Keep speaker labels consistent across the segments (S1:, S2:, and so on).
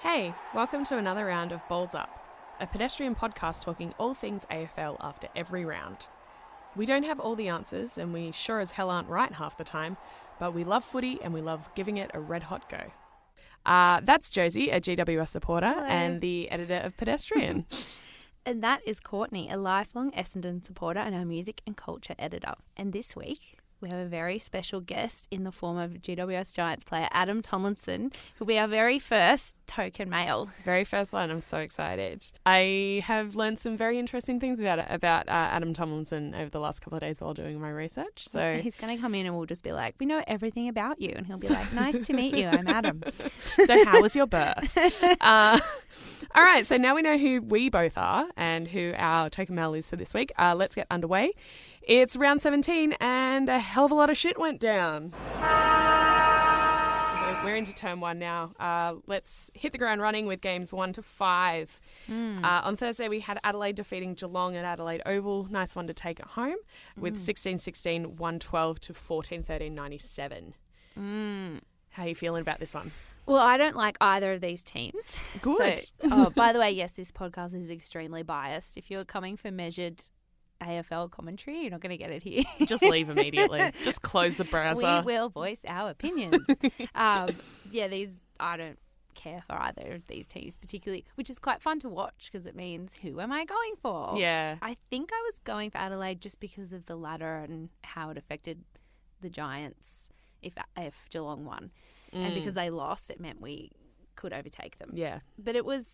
S1: Hey, welcome to another round of Balls Up, a pedestrian podcast talking all things AFL after every round. We don't have all the answers, and we sure as hell aren't right half the time, but we love footy and we love giving it a red hot go. Uh, that's Josie, a GWS supporter and the editor of Pedestrian.
S2: And that is Courtney, a lifelong Essendon supporter and our music and culture editor. And this week, we have a very special guest in the form of GWS Giants player Adam Tomlinson, who'll be our very first token male.
S1: Very first one, I'm so excited. I have learned some very interesting things about it, about uh, Adam Tomlinson over the last couple of days while doing my research. So
S2: He's going to come in and we'll just be like, We know everything about you. And he'll be like, Nice to meet you. I'm Adam.
S1: So how was your birth? uh, all right, so now we know who we both are and who our token mail is for this week. Uh, let's get underway. It's round 17 and a hell of a lot of shit went down. We're- We're into term one now. Uh, let's hit the ground running with games one to five. Uh, on Thursday, we had Adelaide defeating Geelong at Adelaide Oval. Nice one to take at home with 16 16, 112 to 14 13, 97. How you feeling about this one?
S2: Well, I don't like either of these teams.
S1: Good.
S2: So, oh, by the way, yes, this podcast is extremely biased. If you're coming for measured AFL commentary, you're not going to get it here.
S1: Just leave immediately. Just close the browser.
S2: We will voice our opinions. um, yeah, these I don't care for either of these teams particularly, which is quite fun to watch because it means who am I going for?
S1: Yeah.
S2: I think I was going for Adelaide just because of the ladder and how it affected the Giants if if Geelong won, and because they lost, it meant we could overtake them.
S1: Mm. Yeah.
S2: But it was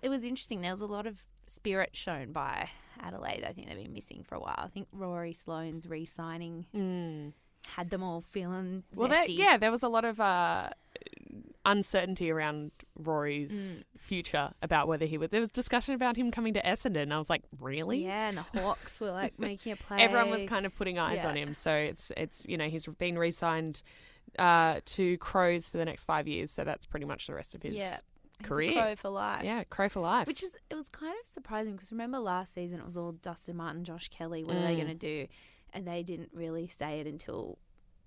S2: it was interesting. There was a lot of spirit shown by Adelaide. I think they've been missing for a while. I think Rory Sloane's re-signing had them all feeling Mm. zesty.
S1: Well, there, yeah, there was a lot of uh, uncertainty around Rory's
S2: Mm.
S1: future about whether he would. There was discussion about him coming to Essendon. and I was like, really?
S2: Yeah, and the Hawks were like making a play.
S1: Everyone was kind of putting eyes
S2: Yeah.
S1: on him. So it's, it's you know, he's been re signed uh, to Crows for the next five years. So that's pretty much the rest of his.
S2: Yeah. He's a
S1: career.
S2: crow for life.
S1: Yeah, Crow for life.
S2: Which was it was kind of surprising because remember last season it was all Dustin Martin, Josh Kelly. What are they
S1: Mm.
S2: going to do? And they didn't really say it until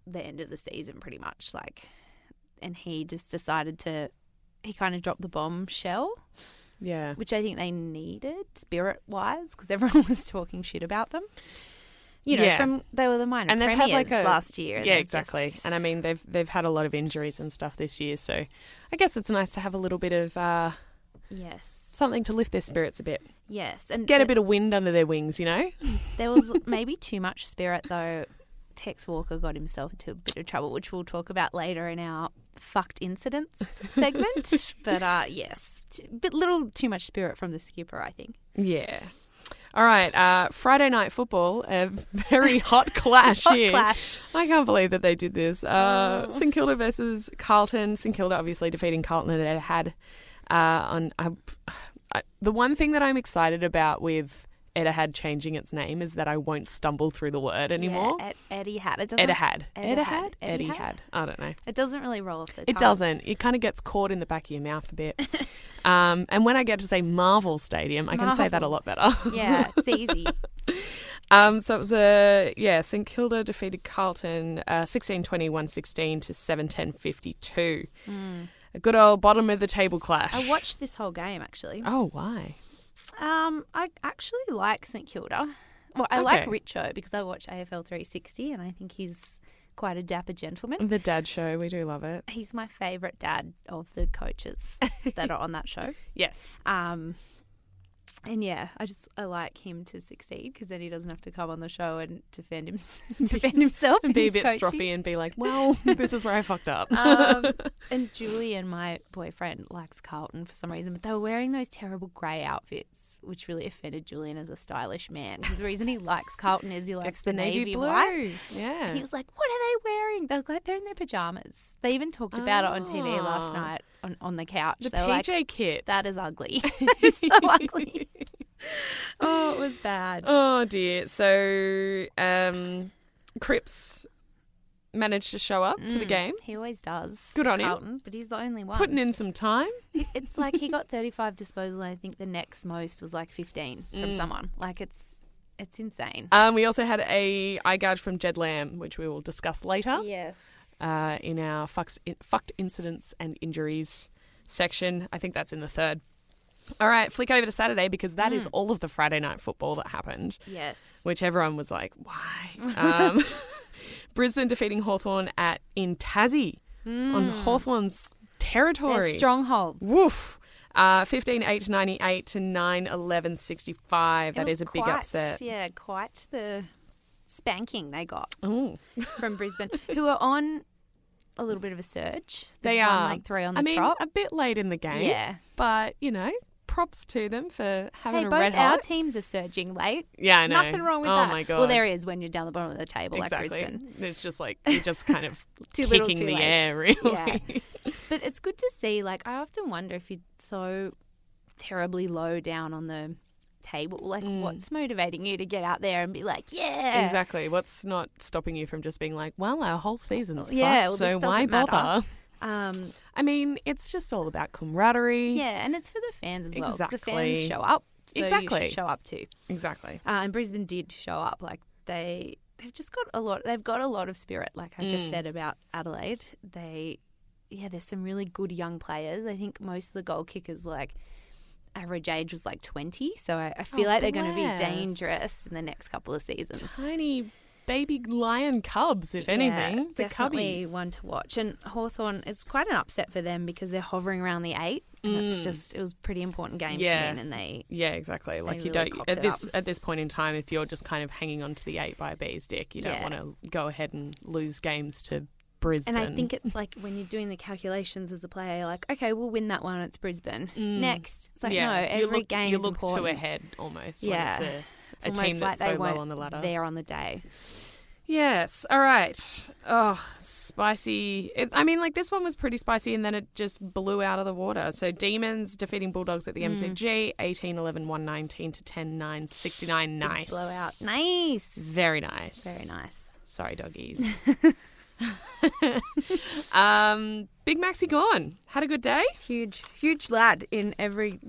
S2: the end of the season, pretty much. Like, and he just decided to. He kind of dropped the bombshell,
S1: yeah.
S2: which I think they needed spirit wise because everyone was talking shit about them. You know,
S1: Yeah.
S2: from they were the minor
S1: And they've had, like,
S2: premiers
S1: a-
S2: last year. and
S1: Yeah,
S2: they've
S1: exactly.
S2: just-
S1: And I mean, they've they've had a lot of injuries and stuff this year, so I guess it's nice to have a little bit of uh,
S2: yes,
S1: something to lift their spirits a bit,
S2: Yes, and
S1: get a
S2: but-
S1: bit of wind under their wings, you know.
S2: There was maybe too much spirit, though. Tex Walker got himself into a bit of trouble, which we'll talk about later in our fucked incidents segment. but uh, yes, t- bit little too much spirit from the skipper, I think.
S1: Yeah. All right. Uh, Friday night football, a very hot clash
S2: Hot
S1: here.
S2: clash. Oh.
S1: I can't believe that they did this. Uh, St Kilda versus Carlton. St Kilda obviously defeating Carlton that it had uh, on. I, I, the one thing that I'm excited about with Etihad changing its name is that I won't stumble through the word anymore.
S2: Yeah, Ed- Eddie had it. Doesn't,
S1: Etihad.
S2: Etihad?
S1: Etihad.
S2: Etihad?
S1: Etihad. I don't know.
S2: It doesn't really roll off the tongue.
S1: It doesn't. It kind of gets caught in the back of your mouth a bit. um, and when I get to say Marvel Stadium, I can say that a lot better.
S2: Yeah, it's easy.
S1: Um, so it was a yeah. St Kilda defeated Carlton uh, 16-20, 1-16 to 7-10-52. A good old bottom of the table clash.
S2: Hmm. I watched this whole game actually.
S1: Oh, why?
S2: Um, I actually like St Kilda. Well, I like
S1: Okay.
S2: Richo because I watch AFL 360, and I think he's quite a dapper gentleman.
S1: The dad show. We do love it.
S2: he's my favorite dad of the coaches that are on that show.
S1: Yes.
S2: Um, and yeah, I just I like him to succeed because then he doesn't have to come on the show and defend him, defend himself
S1: And
S2: and
S1: be a
S2: his
S1: bit
S2: coaching.
S1: stroppy and be like, well, this is where I fucked up.
S2: um, and Julian, my boyfriend, likes Carlton for some reason, but they were wearing those terrible grey outfits, which really offended Julian as a stylish man. 'Cause the reason he likes Carlton is he likes
S1: it's the navy, blue.
S2: white. And
S1: Yeah.
S2: he was like, "What are they wearing? They're like they're in their pajamas." They even talked about it on TV
S1: Ah.
S2: last night on, on the couch.
S1: the
S2: they were
S1: PJ
S2: like,
S1: kit.
S2: "That is ugly. It's so ugly." oh, it was bad.
S1: Oh dear. So um, Cripps managed to show up to the game,
S2: He always does.
S1: Good
S2: for
S1: on him.
S2: Carlton, but he's the only one.
S1: putting in some time.
S2: it's like he got 35 disposal, and I think the next most was like 15
S1: Mm.
S2: from someone. Like it's it's insane.
S1: Um, we also had a eye gouge from Jed Lamb, which we will discuss later
S2: Yes.
S1: uh, in our fucks, in, fucked incidents and injuries section. I think that's in the third. All right, flick over to Saturday because that is all of the Friday night football that happened,
S2: Yes.
S1: which everyone was like, why? Um, Brisbane defeating Hawthorn at in Tassie on Hawthorn's
S2: Their
S1: territory.
S2: stronghold.
S1: Woof. Uh, 15 8 98 to 9 11 65. That
S2: It was
S1: is a big
S2: quite-
S1: upset.
S2: Yeah, quite the spanking they got
S1: Ooh.
S2: from Brisbane, who are on a little bit of a surge. They've
S1: They
S2: won,
S1: are.
S2: like three on the
S1: I mean,
S2: trot.
S1: a bit late in the game.
S2: Yeah.
S1: But, you know, props to them for having
S2: Hey,
S1: a
S2: both
S1: red
S2: our
S1: hot.
S2: teams are surging late.
S1: yeah, I know.
S2: Nothing wrong with
S1: oh
S2: that.
S1: Oh, my God.
S2: Well, there is when you're down the bottom of the table,
S1: Exactly.
S2: like Brisbane.
S1: It's just like, you're just kind of
S2: Too
S1: kicking
S2: little, too
S1: the
S2: late.
S1: air, really.
S2: Yeah. But it's good to see. Like, I often wonder if you're so terribly low down on the table, like,
S1: Mm.
S2: what's motivating you to get out there and be like, yeah,
S1: Exactly. What's not stopping you from just being like, well, our whole season's fucked,
S2: Yeah, well,
S1: so
S2: this
S1: why
S2: doesn't matter.
S1: bother?
S2: Um,
S1: I mean, it's just all about camaraderie.
S2: yeah, and it's for the fans as well. 'cause The
S1: Exactly.
S2: fans show up, so you
S1: Exactly.
S2: should show up too.
S1: Exactly.
S2: Uh, and Brisbane did show up. Like they, they've just got a lot. They've got a lot of spirit. Like I
S1: Mm.
S2: just said about Adelaide, they, yeah, there's some really good young players. I think most of the goal kickers were like average age was like 20. So I, I feel
S1: Oh,
S2: like they're going to be
S1: bless.
S2: dangerous in the next couple of seasons.
S1: tiny baby lion cubs, if
S2: Yeah,
S1: anything. The
S2: definitely
S1: cubbies.
S2: one to watch. And Hawthorn it's quite an upset for them because they're hovering around the eight. And it's just, it was a pretty important game to
S1: Mm. Yeah.
S2: win. And they,
S1: Yeah, exactly. Like you
S2: really
S1: don't
S2: cocked
S1: at
S2: it
S1: this at this point in time, if you're just kind of hanging on to the eight by a bee's dick, you don't
S2: Yeah.
S1: want to go ahead and lose games to Brisbane.
S2: and I think it's like when you're doing the calculations as a player, you're like, okay, we'll win that one. It's Brisbane. Next. It's like, no, every
S1: you look,
S2: game
S1: you
S2: is
S1: look
S2: important.
S1: two ahead almost.
S2: Yeah.
S1: when it's
S2: It's
S1: a, a
S2: almost
S1: team
S2: like
S1: that's
S2: they
S1: so
S2: weren't
S1: low on the ladder.
S2: there on the day.
S1: Yes. All right. Oh, spicy. It, I mean, like this one was pretty spicy, and then it just blew out of the water. So, Demons defeating Bulldogs at the
S2: Hmm.
S1: MCG, 18 11 119 to 10 9 69. Nice.
S2: Blowout. Nice.
S1: Very nice.
S2: Very nice.
S1: Sorry, doggies. um, Big Maxi gone. Had a good day.
S2: Huge, huge lad in every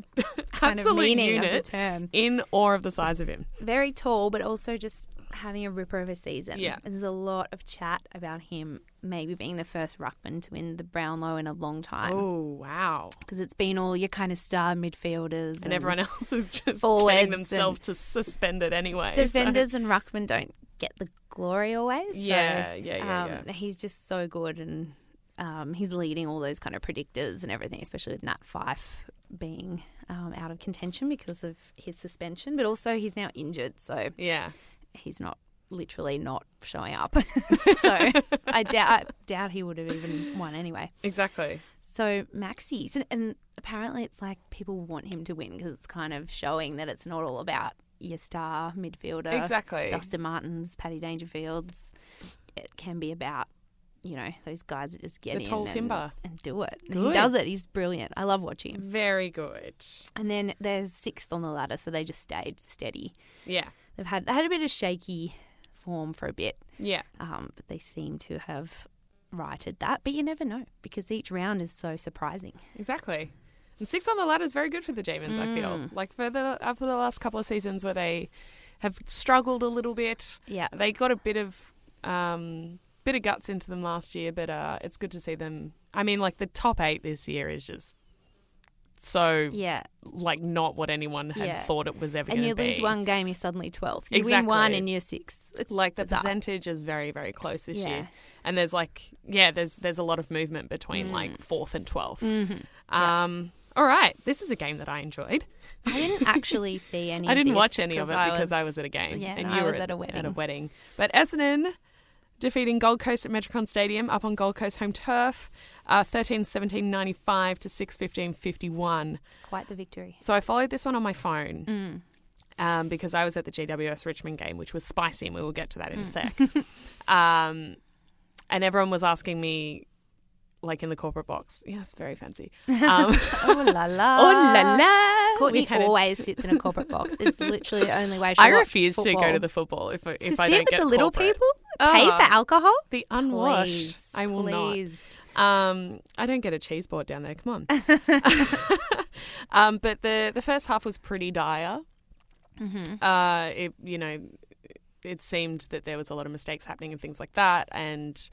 S2: kind of
S1: Absolute
S2: meaning of
S1: unit.
S2: the term.
S1: In awe of the size of him.
S2: very tall, but also just having a ripper of a season.
S1: Yeah.
S2: And there's a lot of chat about him maybe being the first ruckman to win the Brownlow in a long time
S1: Oh wow!
S2: because it's been all your kind of star midfielders
S1: And everyone else is just
S2: Forwards
S1: getting
S2: and-
S1: themselves to suspend it anyway. so-
S2: defenders and ruckman don't get the glory always. So,
S1: Yeah, yeah, yeah,
S2: um, He's just so good and. Um, he's leading all those kind of predictors and everything, especially with Nat Fife being um, out of contention because of his suspension, but also he's now injured, so
S1: Yeah.
S2: he's not literally not showing up. so I doubt I doubt he would have even won anyway.
S1: Exactly.
S2: So Maxi, so- and apparently it's like people want him to win because it's kind of showing that it's not all about your star midfielder,
S1: Exactly.
S2: Dustin Martins, Paddy Dangerfields. It can be about you know those guys that just get
S1: The
S2: in
S1: tall
S2: and,
S1: timber.
S2: and do it. And He
S1: Good.
S2: does it. He's brilliant. I love watching him.
S1: Very good.
S2: And then they're sixth on the ladder, so they just stayed steady.
S1: Yeah.
S2: They've had they had a bit of shaky form for a bit,
S1: Yeah.
S2: um, but they seem to have righted that. But you never know because each round is so surprising.
S1: Exactly. And six on the ladder is very good for the Demons, I feel.
S2: Mm.
S1: Like for the after the last couple of seasons where they have struggled a little bit.
S2: Yeah,
S1: They got a bit of um bit of guts into them last year, but uh it's good to see them I mean like the top eight this year is just so
S2: yeah.
S1: like not what anyone had
S2: Yeah.
S1: thought it was ever
S2: And
S1: gonna
S2: you lose
S1: be.
S2: one game, you're suddenly twelfth. You win one
S1: Exactly.
S2: and you're sixth. It's
S1: like the
S2: bizarre.
S1: percentage is very very close this
S2: Yeah.
S1: year and there's like yeah there's there's a lot of movement between
S2: Mm.
S1: like fourth and 12th
S2: Mm-hmm.
S1: um all right this is a game that i enjoyed
S2: I didn't actually see any.
S1: i
S2: of
S1: didn't
S2: this
S1: watch any of it
S2: 'cause
S1: because i was at a game
S2: yeah,
S1: and
S2: no,
S1: you
S2: I
S1: were
S2: was at a
S1: at a
S2: wedding.
S1: wedding but essendon defeating gold coast at metricon stadium up on gold coast home turf uh, 13 17 95 to 6 15 51
S2: quite the victory.
S1: so I followed this one on my phone um, because I was at the GWS Richmond game, which was spicy, and we will get to
S2: Hmm.
S1: that in a sec. um, and everyone was asking me, like in the corporate box, yes, very fancy. Um,
S2: Oh la la!
S1: oh la la!
S2: Courtney
S1: We had a-
S2: always sits in a corporate box. It's literally the only way she
S1: I
S2: watch
S1: refuse to go
S2: football.
S1: to the football if, if
S2: to
S1: I
S2: sit
S1: don't
S2: with
S1: get
S2: the little
S1: corporate.
S2: people. Pay
S1: Oh.
S2: for alcohol.
S1: The unwashed,
S2: Please,
S1: I will not.
S2: please.
S1: Um, I don't get a cheese board down there. Come on. um, but the the first half was pretty dire. Uh, it you know, it seemed that there was a lot of mistakes happening and things like that, and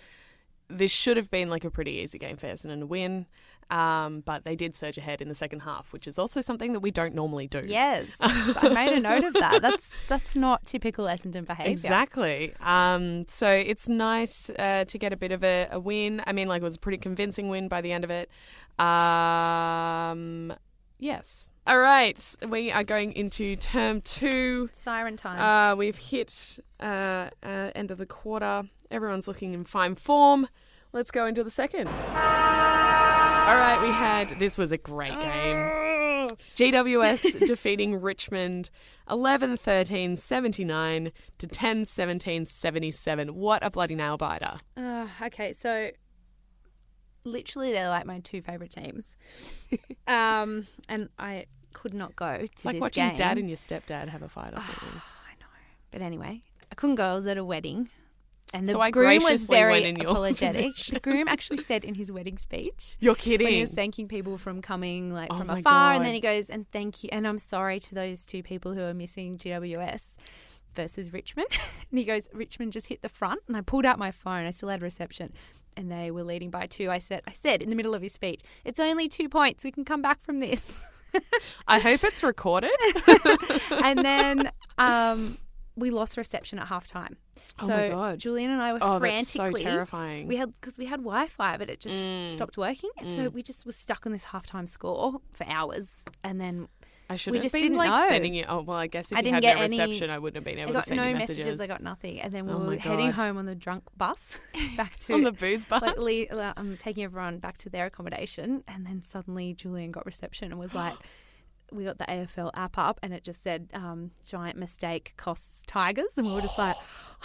S1: this should have been like a pretty easy game for Essendon to win. Um, but they did surge ahead in the second half, which is also something that we don't normally do.
S2: Yes, I made a note of that. That's that's not typical Essendon behaviour.
S1: Exactly. Um, so it's nice uh, to get a bit of a, a win. I mean, like it was a pretty convincing win by the end of it. Um, yes. All right. We are going into term two.
S2: Siren time.
S1: Uh, we've hit uh, uh, end of the quarter. Everyone's looking in fine form. Let's go into the second. All right, we had this was a great game. GWS defeating Richmond 11 13 79 to 10 17 77. What a bloody nail biter.
S2: Ugh, okay, so literally they're like my two favourite teams, um, and I could not go to
S1: It's like
S2: this
S1: watching
S2: game.
S1: dad and your stepdad have a fight or something.
S2: I know, but anyway, I couldn't go. I was at a wedding. And the
S1: So I
S2: groom was
S1: graciously
S2: very
S1: went in your
S2: apologetic. The
S1: position.
S2: groom actually said in his wedding speech,
S1: You're kidding.
S2: when he was thanking people from coming like
S1: Oh
S2: from
S1: my
S2: afar, and then
S1: God.
S2: he goes and thank you, and I'm sorry to those two people who are missing GWS versus Richmond, and he goes Richmond just hit the front, and I pulled out my phone, I still had reception, and they were leading by two. I said, I said in the middle of his speech, it's only two points, we can come back from this,
S1: I hope it's recorded.
S2: and then um, we lost reception at halftime.
S1: Oh
S2: So
S1: my God.
S2: Julian and I were
S1: oh, that's so
S2: frantically
S1: terrifying.
S2: we had because we had Wi-Fi, but it just
S1: Mm.
S2: stopped working, and so we just were stuck on this halftime score for hours, and then
S1: I should
S2: we
S1: have
S2: just
S1: been
S2: didn't
S1: like
S2: know.
S1: sending you. Oh well, I guess if
S2: I
S1: you
S2: didn't
S1: had
S2: get
S1: no
S2: any-
S1: reception, I wouldn't have been able
S2: I got
S1: to send
S2: no
S1: you
S2: messages.
S1: messages.
S2: I got nothing, and then we
S1: Oh
S2: were
S1: my
S2: heading
S1: God.
S2: home on the drunk bus back to.
S1: on the booze bus.
S2: like, le- like, um, taking everyone back to their accommodation, and then suddenly Julian got reception and was like, "We got the AFL app up, and it just said um, giant mistake costs Tigers," and we were just like,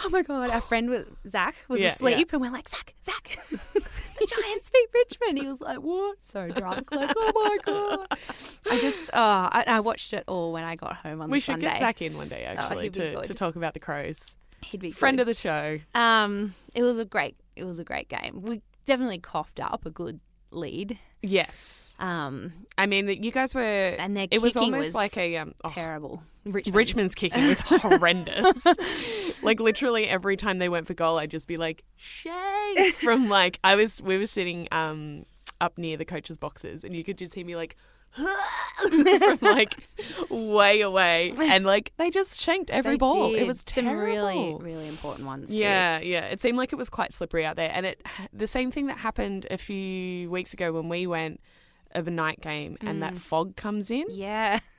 S2: "Oh my god!" Our friend was, Zach was
S1: Yeah, yeah.
S2: asleep, and we're like, "Zach, Zach, the Giants beat Richmond." He was like, "What?" So drunk, like, "Oh my god!" I just, oh, I, I watched it all when I got home on
S1: we
S2: the
S1: should
S2: Sunday. Oh,
S1: get Zach in one day actually
S2: he'd be
S1: to,
S2: good.
S1: to talk about the crows.
S2: He'd be
S1: Friend
S2: good.
S1: of the show.
S2: Um, it was a great, it was a great game. We definitely coughed up a good lead.
S1: Yes,
S2: Um,
S1: I mean you guys were.
S2: and their
S1: it was
S2: kicking
S1: almost
S2: was
S1: like a um, oh,
S2: terrible. Richmond.
S1: Richmond's kicking was horrendous. like literally every time they went for goal, I'd just be like, "Shay!" From like I was, we were sitting um up near the coaches' boxes, and you could just hear me like. from like way away, and like they just shanked every
S2: They
S1: ball. It
S2: did
S1: was
S2: some
S1: terrible.
S2: really, really important ones. Too.
S1: Yeah, yeah. It seemed like it was quite slippery out there, and it the same thing that happened a few weeks ago when we went of a night game, and
S2: Mm.
S1: that fog comes in.
S2: yeah.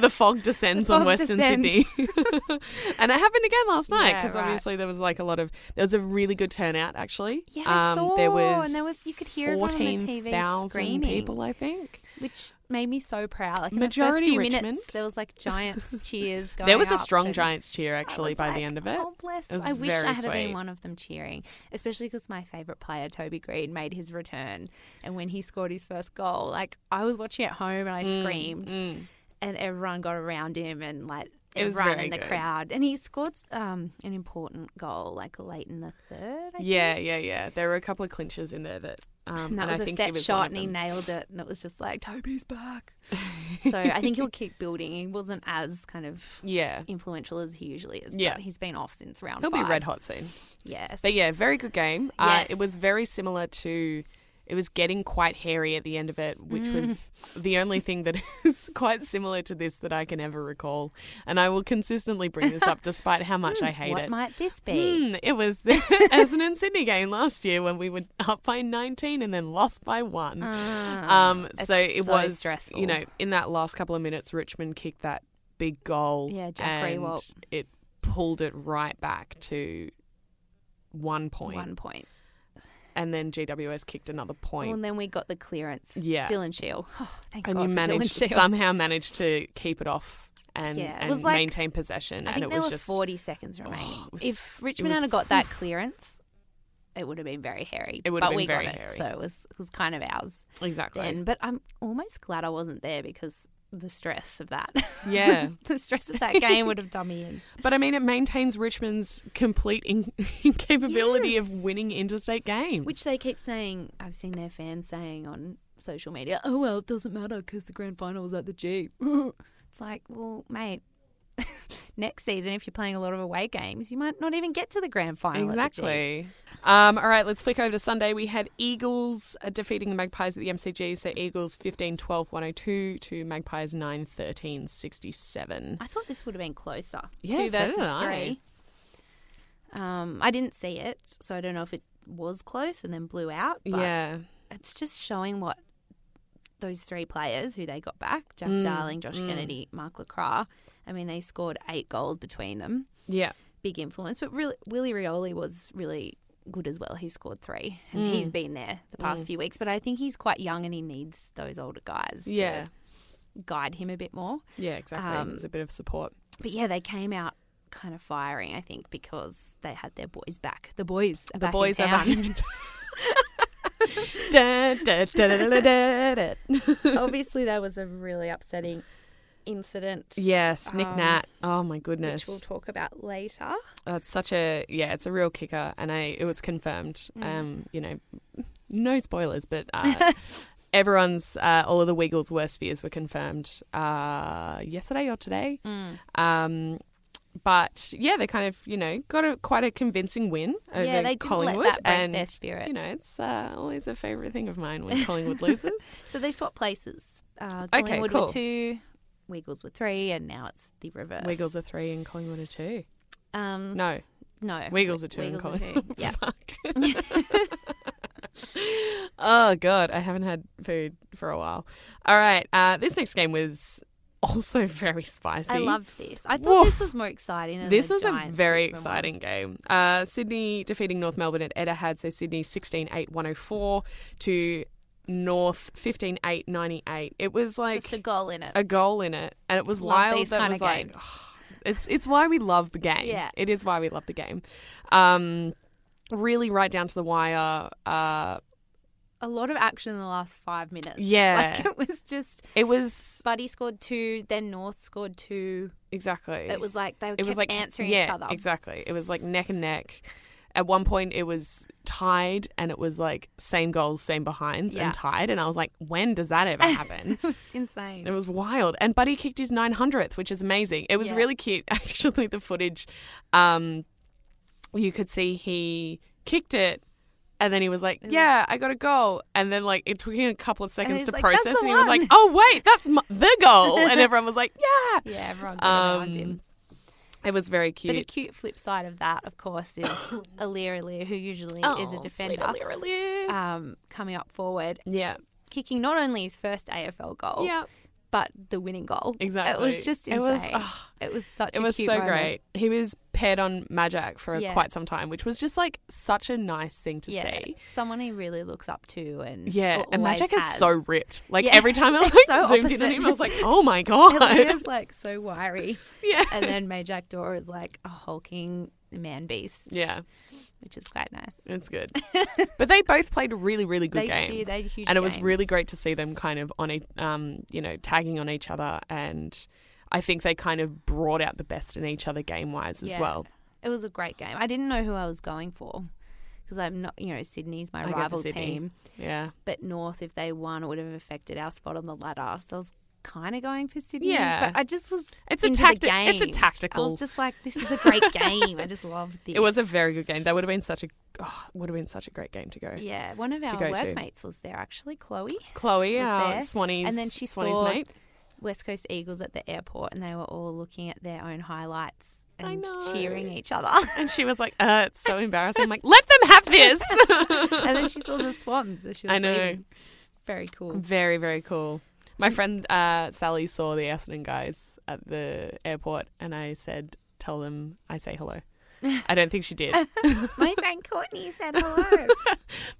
S1: The fog descends
S2: The
S1: on
S2: fog
S1: Western
S2: descends.
S1: Sydney, and it happened again last night
S2: Yeah,
S1: because
S2: right.
S1: obviously there was like a lot of there was a really good turnout actually. Um,
S2: Yeah, I saw,
S1: there was
S2: and there was- you could hear everyone on the TV
S1: 14,000
S2: screaming.
S1: people, I think.
S2: Which made me so proud. Like in the first
S1: Majority
S2: few
S1: Richmond.
S2: minutes, there was like Giants cheers going.
S1: There was a
S2: up
S1: strong
S2: and
S1: Giants cheer
S2: I
S1: actually
S2: was
S1: by the
S2: like,
S1: end of it.
S2: Oh bless!
S1: It was
S2: I wish
S1: very
S2: I had been
S1: sweet.
S2: one of them cheering, especially because my favorite player Toby Green made his return, and when he scored his first goal, like I was watching at home and I screamed,
S1: Mm.
S2: and everyone got around him and like
S1: It was
S2: everyone
S1: very
S2: in the
S1: good.
S2: crowd. And he scored um, an important goal like late in the third. I
S1: Yeah,
S2: think.
S1: yeah, yeah. There were a couple of clinches in there that, um,
S2: And that
S1: and
S2: was
S1: I
S2: a
S1: think he
S2: set
S1: was one
S2: shot,
S1: of
S2: and he
S1: them.
S2: nailed it, and it was just like Toby's back. so I think he'll keep building. He wasn't as kind of
S1: Yeah,
S2: influential as he usually is.
S1: Yeah.
S2: but he's been off since round.
S1: he'll
S2: five.
S1: be red hot soon.
S2: Yes,
S1: But yeah, very good game. Uh, it
S2: Yes.
S1: was very similar to. It was getting quite hairy at the end of it, which
S2: Mm.
S1: was the only thing that is quite similar to this that I can ever recall. And I will consistently bring this up despite how much I hate
S2: what
S1: it.
S2: might this be?
S1: Hmm, it was the Essendon Sydney game last year when we were up by 19 and then lost by one.
S2: Ah,
S1: Hmm. Um,
S2: it's
S1: so it was,
S2: stressful.
S1: you know, in that last couple of minutes, Richmond kicked that big goal.
S2: Yeah, Jack
S1: and
S2: Rewalt.
S1: it pulled it right back to one point,
S2: one point.
S1: and then GWS kicked another
S2: Well,
S1: point,
S2: and then we got the clearance.
S1: Yeah.
S2: Dylan Shield. Oh, thank
S1: and
S2: God
S1: you
S2: for
S1: managed
S2: Dylan Shield.
S1: somehow managed to keep it off and,
S2: Yeah, it
S1: and
S2: was like-
S1: maintain possession,
S2: I
S1: and
S2: think
S1: it
S2: there
S1: was
S2: were
S1: just Oh,
S2: 40 seconds remaining.
S1: it was-
S2: if
S1: it
S2: Richmond
S1: was-
S2: had got that clearance, it would have been very hairy.
S1: It would
S2: but
S1: have been
S2: we
S1: very
S2: got it,
S1: hairy.
S2: so it was it was kind of ours
S1: exactly.
S2: then. But I'm almost glad I wasn't there because the stress of that.
S1: Yeah.
S2: the stress of that game would have done me in.
S1: But I mean, it maintains Richmond's complete in- incapability of winning interstate games.
S2: Which they keep saying, I've seen their fans saying on social media, oh, well, it doesn't matter because the grand final was at the G. it's like, well, mate, next season, if you're playing a lot of away games, you might not even get to the grand final. at the G.
S1: Exactly. Um, all right, let's flick over to Sunday. We had Eagles uh, defeating the Magpies at the MCG. So Eagles 15 12 102 to Magpies 9 13 67.
S2: I thought this would have been closer.
S1: Yeah,
S2: two
S1: so
S2: versus
S1: did I.
S2: three. Um, I didn't see it, so I don't know if it was close and then blew out. But
S1: Yeah.
S2: it's just showing what those three players who they got back Jack
S1: Mm,
S2: Darling, Josh
S1: mm.
S2: Kennedy, Mark LaCroix. I mean, they scored eight goals between them.
S1: Yeah.
S2: Big influence. But really, Willie Rioli was really good as well. He scored three, and
S1: Mm.
S2: he's been there the past few weeks. But I think he's quite young and he needs those older guys
S1: Yeah.
S2: to guide him a bit more.
S1: Yeah, exactly.
S2: Um,
S1: it was a bit of support.
S2: But yeah, they came out kind of firing, I think, because they had their boys back. The boys are
S1: The
S2: back
S1: boys
S2: in
S1: are
S2: town.
S1: back. Da, da, da, da, da, da, da.
S2: Obviously, that was a really upsetting incident.
S1: Yes, Nick
S2: Um,
S1: Nat. Oh my
S2: Which
S1: goodness.
S2: we'll talk about later.
S1: Oh, it's such a yeah, it's a real kicker, and I it was confirmed.
S2: Mm.
S1: Um, you know, no spoilers, but uh, everyone's uh, all of the Wiggles' worst fears were confirmed uh, yesterday or today.
S2: Mm.
S1: Um, but yeah, they kind of you know got a quite a convincing win over
S2: Yeah, they didn't
S1: Collingwood,
S2: let that break
S1: and
S2: their spirit.
S1: you know it's uh, always a favorite thing of mine when Collingwood loses.
S2: So they swapped places. Uh,
S1: Okay,
S2: Collingwood
S1: cool.
S2: were two, Wiggles were three, and now it's the reverse.
S1: Wiggles are three and Collingwood are two.
S2: um, no,
S1: No, Wiggles are two and
S2: Wiggles are
S1: Collingwood.
S2: two. Yeah,
S1: Fuck. oh god, I haven't had food for a while. All right, uh, this next game was also very spicy.
S2: I loved this. I thought
S1: Woof.
S2: this was more exciting. Than
S1: this
S2: the
S1: was a
S2: Giants
S1: very
S2: Richmond one.
S1: exciting game. Uh, Sydney defeating North Melbourne at Etihad, so Sydney 16-8-104 to North 15-8-98. It was like
S2: Just a goal in it.
S1: a goal in it, and it was
S2: Love
S1: wild.
S2: these
S1: That
S2: kinda
S1: was like,
S2: games.
S1: it's it's why we love the game.
S2: Yeah.
S1: it is why we love the game. Um, really, right down to the wire. Uh,
S2: a lot of action in the last five minutes.
S1: Yeah.
S2: Like it was just
S1: it was
S2: Buddy scored two, then North scored two.
S1: exactly.
S2: It was like they were
S1: it was like
S2: answering
S1: yeah,
S2: each other.
S1: Exactly. It was like neck and neck. At one point, it was tied, and it was like same goals, same behinds,
S2: Yeah.
S1: and tied. And I was like, when does that ever happen?
S2: it was insane.
S1: It was wild. And Buddy kicked his 900th, which is amazing. It was
S2: Yeah.
S1: really cute, actually, the footage. Um, you could see he kicked it. And then he was like, "Yeah, I got a goal." And then like it took him a couple of seconds
S2: he's
S1: to
S2: like, "That's
S1: process,
S2: the
S1: and he was
S2: one."
S1: like, "Oh wait, that's my, the goal!" And everyone was like, "Yeah."
S2: yeah, everyone got around
S1: Um,
S2: him.
S1: it was very
S2: But a
S1: cute.
S2: cute flip side of that, of course, is Alir Alir, who usually is a
S1: Oh, sweet
S2: defender,
S1: Alirali.
S2: um, coming up forward,
S1: yeah,
S2: kicking not only his first AFL goal,
S1: yeah,
S2: but the winning goal. It
S1: exactly.
S2: was just
S1: It
S2: insane.
S1: was- oh.
S2: It was such
S1: it
S2: a
S1: was
S2: cute
S1: so
S2: moment.
S1: great. He was paired on Majak for
S2: Yeah.
S1: quite some time, which was just like such a nice thing to
S2: Yeah,
S1: see.
S2: someone he really looks up to, and
S1: Yeah,
S2: al-
S1: and
S2: always
S1: Magic is
S2: has.
S1: so ripped. Like
S2: Yeah.
S1: every time I like
S2: It's so
S1: zoomed in on
S2: opposite.
S1: him, I was like, "Oh my god!"
S2: Elena's like so wiry.
S1: Yeah.
S2: And then Majak Dora is like a hulking man beast.
S1: yeah,
S2: Which is quite nice.
S1: it's good. but they both played a really, really good
S2: they
S1: game,
S2: do, they had huge
S1: and it was
S2: games.
S1: really great to see them kind of on a, um, you know, tagging on each other, and I think they kind of brought out the best in each other game wise as
S2: Yeah.
S1: well.
S2: It was a great game. I didn't know who I was going for because I'm not, you know, Sydney's my
S1: I go for
S2: rival
S1: Sydney.
S2: team.
S1: Yeah,
S2: But North, if they won, it would have affected our spot on the ladder. So I was kind of going for Sydney.
S1: Yeah.
S2: But I just was.
S1: it's
S2: into
S1: a
S2: the
S1: tactic. It's a
S2: game. I
S1: tactical.
S2: was just like, this is a great game. I just love this.
S1: It was a very good game. That would have been such a oh, would have been such a great game to go.
S2: Yeah, one of our
S1: go to.
S2: workmates was there actually, Chloe.
S1: Chloe,
S2: Was
S1: our
S2: there.
S1: Swanee's,
S2: And then she
S1: Swanee's
S2: saw-
S1: mate.
S2: West Coast Eagles at the airport and they were all looking at their own highlights
S1: I
S2: and
S1: know.
S2: cheering each other.
S1: And she was like, uh, it's so embarrassing. I'm like, let them have this.
S2: and then she saw the swans. As she was
S1: I know.
S2: leaving. Very cool.
S1: very, very cool. My friend uh, Sally saw the Essendon guys at the airport, and I said, tell them I say hello. I don't think she did.
S2: My friend Courtney said hello.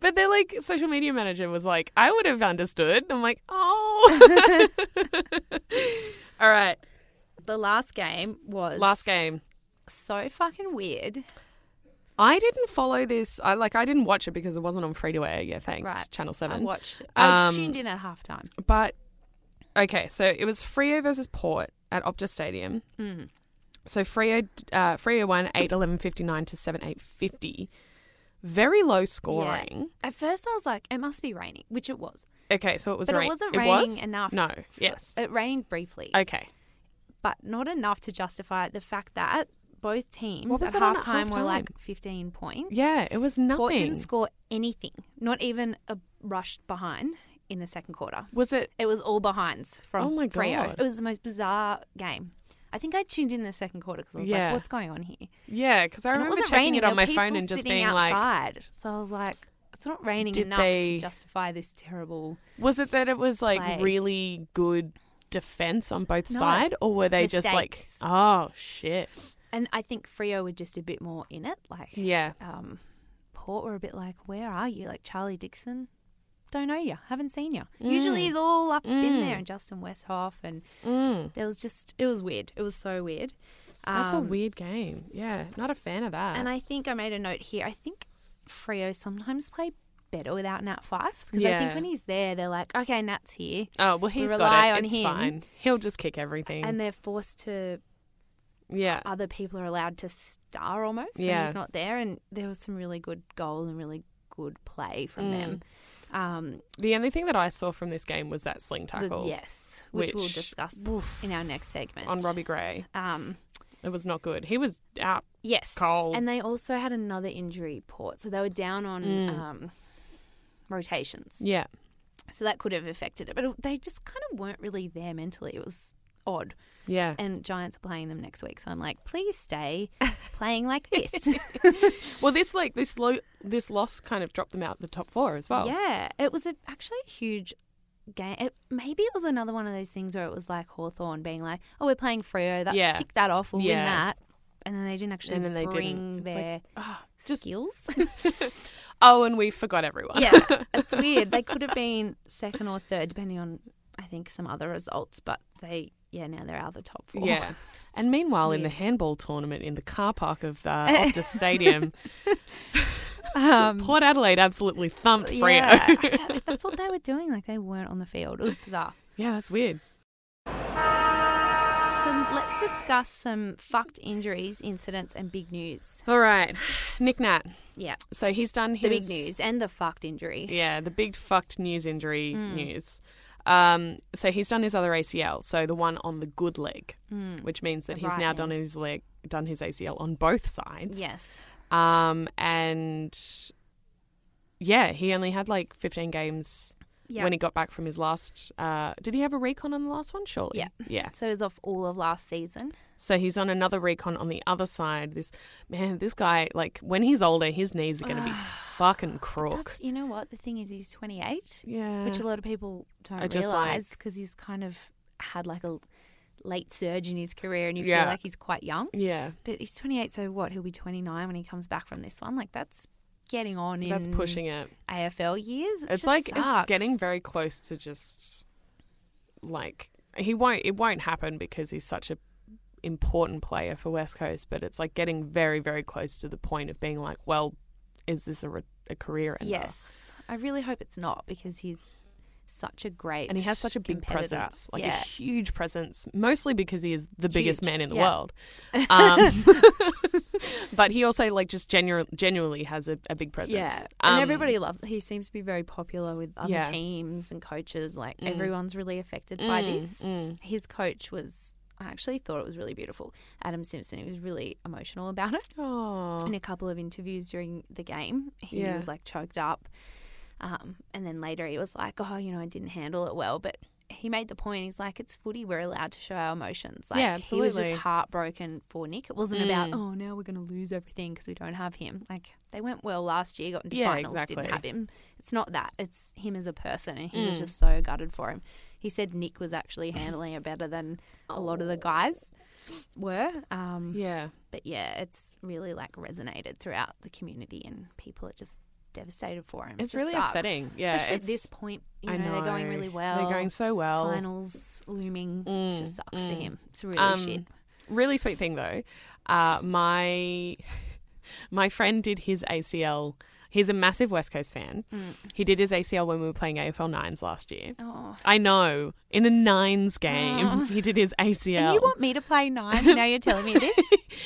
S1: But their like social media manager was like, I would have understood. I'm like, oh. All right.
S2: the last game was
S1: Last game.
S2: So fucking weird.
S1: I didn't follow this. I like I didn't watch it because it wasn't on free to air. Yeah, thanks.
S2: Right.
S1: Channel
S2: I
S1: seven.
S2: watched. I
S1: Um,
S2: tuned in at halftime.
S1: But okay, so it was Frio versus Port at Optus Stadium.
S2: Mm.
S1: So Frio, uh, Frio won eight eleven fifty nine to seven eight fifty. Very low scoring.
S2: At first, I was like, it must be raining, which it was,
S1: Okay, so it was
S2: but
S1: rain-
S2: it wasn't
S1: it
S2: raining
S1: was?
S2: enough.
S1: No,
S2: for-
S1: yes.
S2: it rained briefly,
S1: Okay,
S2: but not enough to justify the fact that both teams
S1: was
S2: at
S1: it on
S2: half
S1: at
S2: time were
S1: halftime?
S2: like 15 points.
S1: Yeah, it was
S2: Port
S1: nothing.
S2: didn't score anything, not even a rush behind in the second quarter.
S1: Was it?
S2: It was all behinds from
S1: Oh my
S2: Freo.
S1: God.
S2: It was the most bizarre game. I think I tuned in the second quarter because I was
S1: Yeah.
S2: like, "What's going on here?"
S1: Yeah, because I
S2: And
S1: remember
S2: it wasn't
S1: checking
S2: raining.
S1: it
S2: There
S1: on
S2: were
S1: my
S2: people
S1: phone and just
S2: sitting
S1: being like,
S2: outside. "So I was like, it's not raining
S1: Did
S2: enough
S1: they-
S2: to justify this terrible."
S1: was it that it was like
S2: Play.
S1: really good defense on both
S2: No.
S1: side, or were they just like,
S2: Mistakes.
S1: oh shit?
S2: And I think Frio were just a bit more in it. Like,
S1: Yeah,
S2: um, Port were a bit like, "Where are you?" Like Charlie Dixon, don't know you, haven't seen you. Usually he's all up in there, and Justin Westhoff, and
S1: Mm.
S2: there was just it was weird. It was so weird.
S1: that's a
S2: Um,
S1: weird game. Yeah, not a fan of that.
S2: And I think I made a note here. I think Frio sometimes play better without Nat Fife because I
S1: Yeah.
S2: think when he's there, they're like, "Okay, Nat's here,"
S1: oh well, he's got
S2: rely
S1: it.
S2: on
S1: it's
S2: him.
S1: fine. He'll just kick everything.
S2: and uh, they're forced to
S1: yeah,
S2: other people are allowed to star almost when
S1: Yeah.
S2: he's not there. And there was some really good goals and really good play from
S1: Mm.
S2: them. Um,
S1: the only thing that I saw from this game was that sling
S2: the-
S1: tackle
S2: yes, which, we'll
S1: Which-
S2: discuss
S1: oof,
S2: in our next segment.
S1: on Robbie Gray.
S2: Um,
S1: It was not good. He was out.
S2: yes,
S1: Cole.
S2: and they also had another injury report, so they were down on
S1: Mm.
S2: um, rotations,
S1: Yeah,
S2: so that could have affected it. But it- they just kind of weren't really there mentally. It was odd.
S1: yeah.
S2: And Giants are playing them next week, so I'm like, please stay playing like this.
S1: Well, this like this lo- this loss kind of dropped them out the top four as well.
S2: Yeah, it was a, actually a huge game. It, maybe it was another one of those things where it was like Hawthorn being like, "Oh, we're playing Frio. That
S1: Yeah.
S2: tick that off. We'll win
S1: Yeah.
S2: that." And then they didn't actually
S1: And then they didn't.
S2: bring
S1: It's like,
S2: their
S1: Ah, just
S2: skills.
S1: oh, and we forgot everyone.
S2: yeah, it's weird. They could have been second or third, depending on I think some other results. But they, yeah, now they're out of the top four.
S1: Yeah. And meanwhile, in the
S2: Weird.
S1: handball tournament in the car park of uh, Optus Stadium,
S2: um,
S1: Port Adelaide absolutely thumped Freo.
S2: yeah, that's what they were doing. Like they weren't on the field. It was bizarre.
S1: Yeah, that's weird.
S2: So let's discuss some fucked injuries, incidents, and big news.
S1: All right, Nick Nat.
S2: Yeah.
S1: So he's done his
S2: the big news and the fucked injury.
S1: Yeah, the big fucked news injury
S2: Mm.
S1: news. Um, so he's done his other ACL. So the one on the good leg,
S2: Mm.
S1: which means that
S2: The
S1: he's
S2: right
S1: now
S2: hand.
S1: done his leg, done his ACL on both sides.
S2: Yes.
S1: Um, and yeah, he only had like 15 games
S2: Yeah.
S1: when he got back from his last. Uh, did he have a recon on the last one? Surely.
S2: Yeah.
S1: Yeah.
S2: so it was off all of last season.
S1: So he's on another recon on the other side. This man, this guy, like when he's older, his knees are going to be fucking crook.
S2: That's, you know what? The thing is, he's 28,
S1: Yeah.
S2: which a lot of people
S1: I
S2: don't
S1: just
S2: realize because he's kind of had like a late surge in his career and you
S1: Yeah.
S2: feel like he's quite young.
S1: yeah.
S2: But he's 28, so what? He'll be 29 when he comes back from this one. Like that's getting on in
S1: That's pushing it.
S2: AFL years. It
S1: It's
S2: just
S1: like it's
S2: sucks.
S1: getting very close to just like he won't it won't happen because he's such a important player for West Coast, but it's like getting very very close to the point of being like, well, is this a, re- a career ender?
S2: Yes. I really hope it's not because he's such a great
S1: And he has such a big
S2: competitor.
S1: presence, like a
S2: yeah.
S1: huge presence, mostly because he is the biggest
S2: Huge,
S1: man in the
S2: yeah.
S1: world. Um, but he also like just genu- genuinely has a, a big presence.
S2: Yeah, and
S1: Um,
S2: everybody loves. He seems to be very popular with other
S1: Yeah.
S2: teams and coaches. Like
S1: Mm.
S2: everyone's really affected by
S1: Mm,
S2: this.
S1: mm.
S2: His coach was. I actually thought it was really beautiful. Adam Simpson. He was really emotional about it.
S1: Aw.
S2: In a couple of interviews during the game, he
S1: Yeah.
S2: was like choked up, um, and then later he was like, "Oh, you know, I didn't handle it well," but. He made the point. He's like, "It's footy. We're allowed to show our emotions." Like,
S1: Yeah,
S2: He was
S1: absolutely.
S2: just heartbroken for Nick. It wasn't about,
S1: Mm.
S2: "Oh, now we're going to lose everything because we don't have him." Like, they went well last year, got into
S1: Yeah,
S2: finals,
S1: exactly.
S2: didn't have him. It's not that. It's him as a person, and he was
S1: Mm.
S2: just so gutted for him. He said Nick was actually handling it better than a lot of
S1: Oh.
S2: the guys were. Um,
S1: Yeah.
S2: But yeah, it's really like resonated throughout the community, and people are just devastated for him. It
S1: It's
S2: just
S1: really
S2: sucks.
S1: upsetting. Yeah,
S2: especially at
S1: it's-
S2: this point, you know, they're going really well.
S1: They're going so well.
S2: finals looming.
S1: Mm,
S2: it just sucks
S1: mm.
S2: for him. It's really
S1: Um,
S2: shit.
S1: Really sweet thing though. Uh, my my friend did his ACL. He's a massive West Coast fan.
S2: Mm.
S1: He did his ACL when we were playing AFL Nines last year.
S2: Oh.
S1: I know. In a Nines game,
S2: Oh.
S1: he did his ACL.
S2: And you want me to play nine? now you're telling me this?